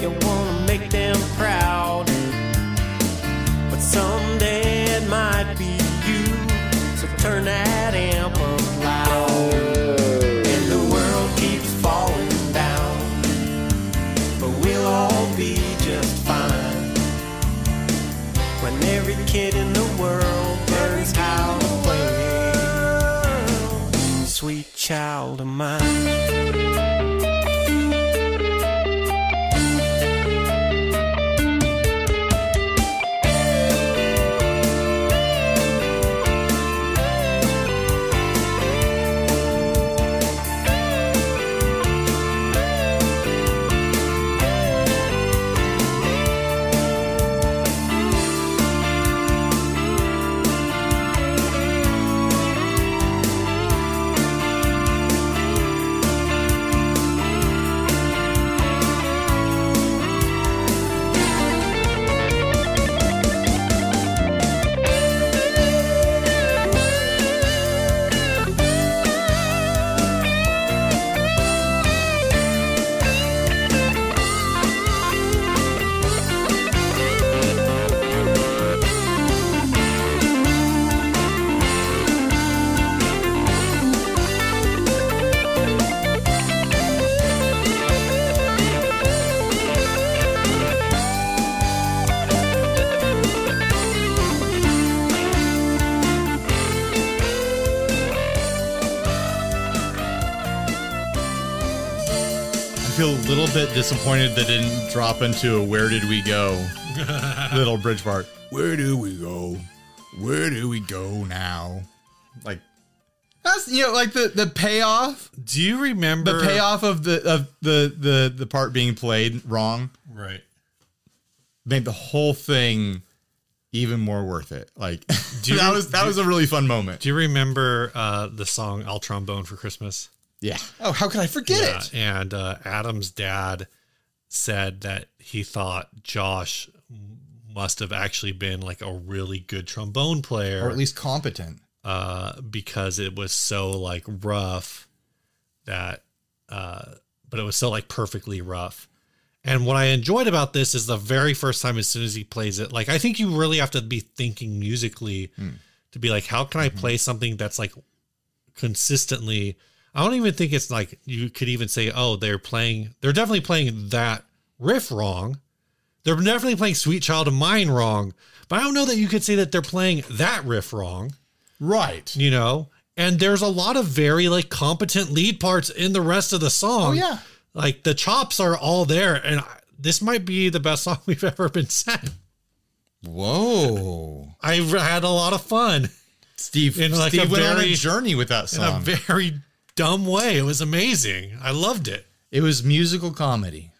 C: You wanna make them proud. But someday it might be you, so turn that amp up loud. And the world keeps falling down, but we'll all be just fine when every kid in the world learns how to play. Sweet child of mine.
A: feel a little bit disappointed that it didn't drop into a "Where did we go?" <laughs> little bridge part. Where do we go? Where do we go now? Like that's you know like the the payoff,
B: Do you remember
A: the payoff of the of the the the part being played wrong
B: Right.
A: made the whole thing even more worth it. Like <laughs>
B: Do you-
A: that was that
B: do-
A: was a really fun moment.
B: Do you remember uh, the song "I'll Trombone for Christmas"?
A: yeah. Oh, how could I forget
B: Yeah,
A: it?
B: and uh, Adam's dad said that he thought Josh must have actually been like a really good trombone player,
A: Or at least competent.
B: uh, because it was so like rough that, uh, but it was so like perfectly rough. And what I enjoyed about this is the very first time, as soon as he plays it, like I think you really have to be thinking musically to be like, how can I play something that's like consistently? I don't even think it's like you could even say, oh, they're playing, they're definitely playing that riff wrong. They're definitely playing Sweet Child of Mine wrong. But I don't know that you could say that they're playing that riff wrong
A: Right.
B: you know and there's a lot of very like competent lead parts in the rest of the song
A: Oh yeah.
B: like the chops are all there and I, this might be the best song <laughs> we've ever been sent
A: Whoa.
B: i've had a lot of fun
A: Steve,
B: In, like,
A: Steve
B: a
A: went on a
B: very-
A: journey with that
B: in a
A: song.
B: very dumb way it was amazing i loved it
A: it was musical comedy.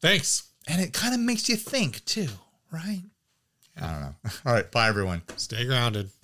B: thanks
A: And it
B: <laughs>
A: kind of makes you think too, right? I don't know. All right. Bye, everyone.
B: stay grounded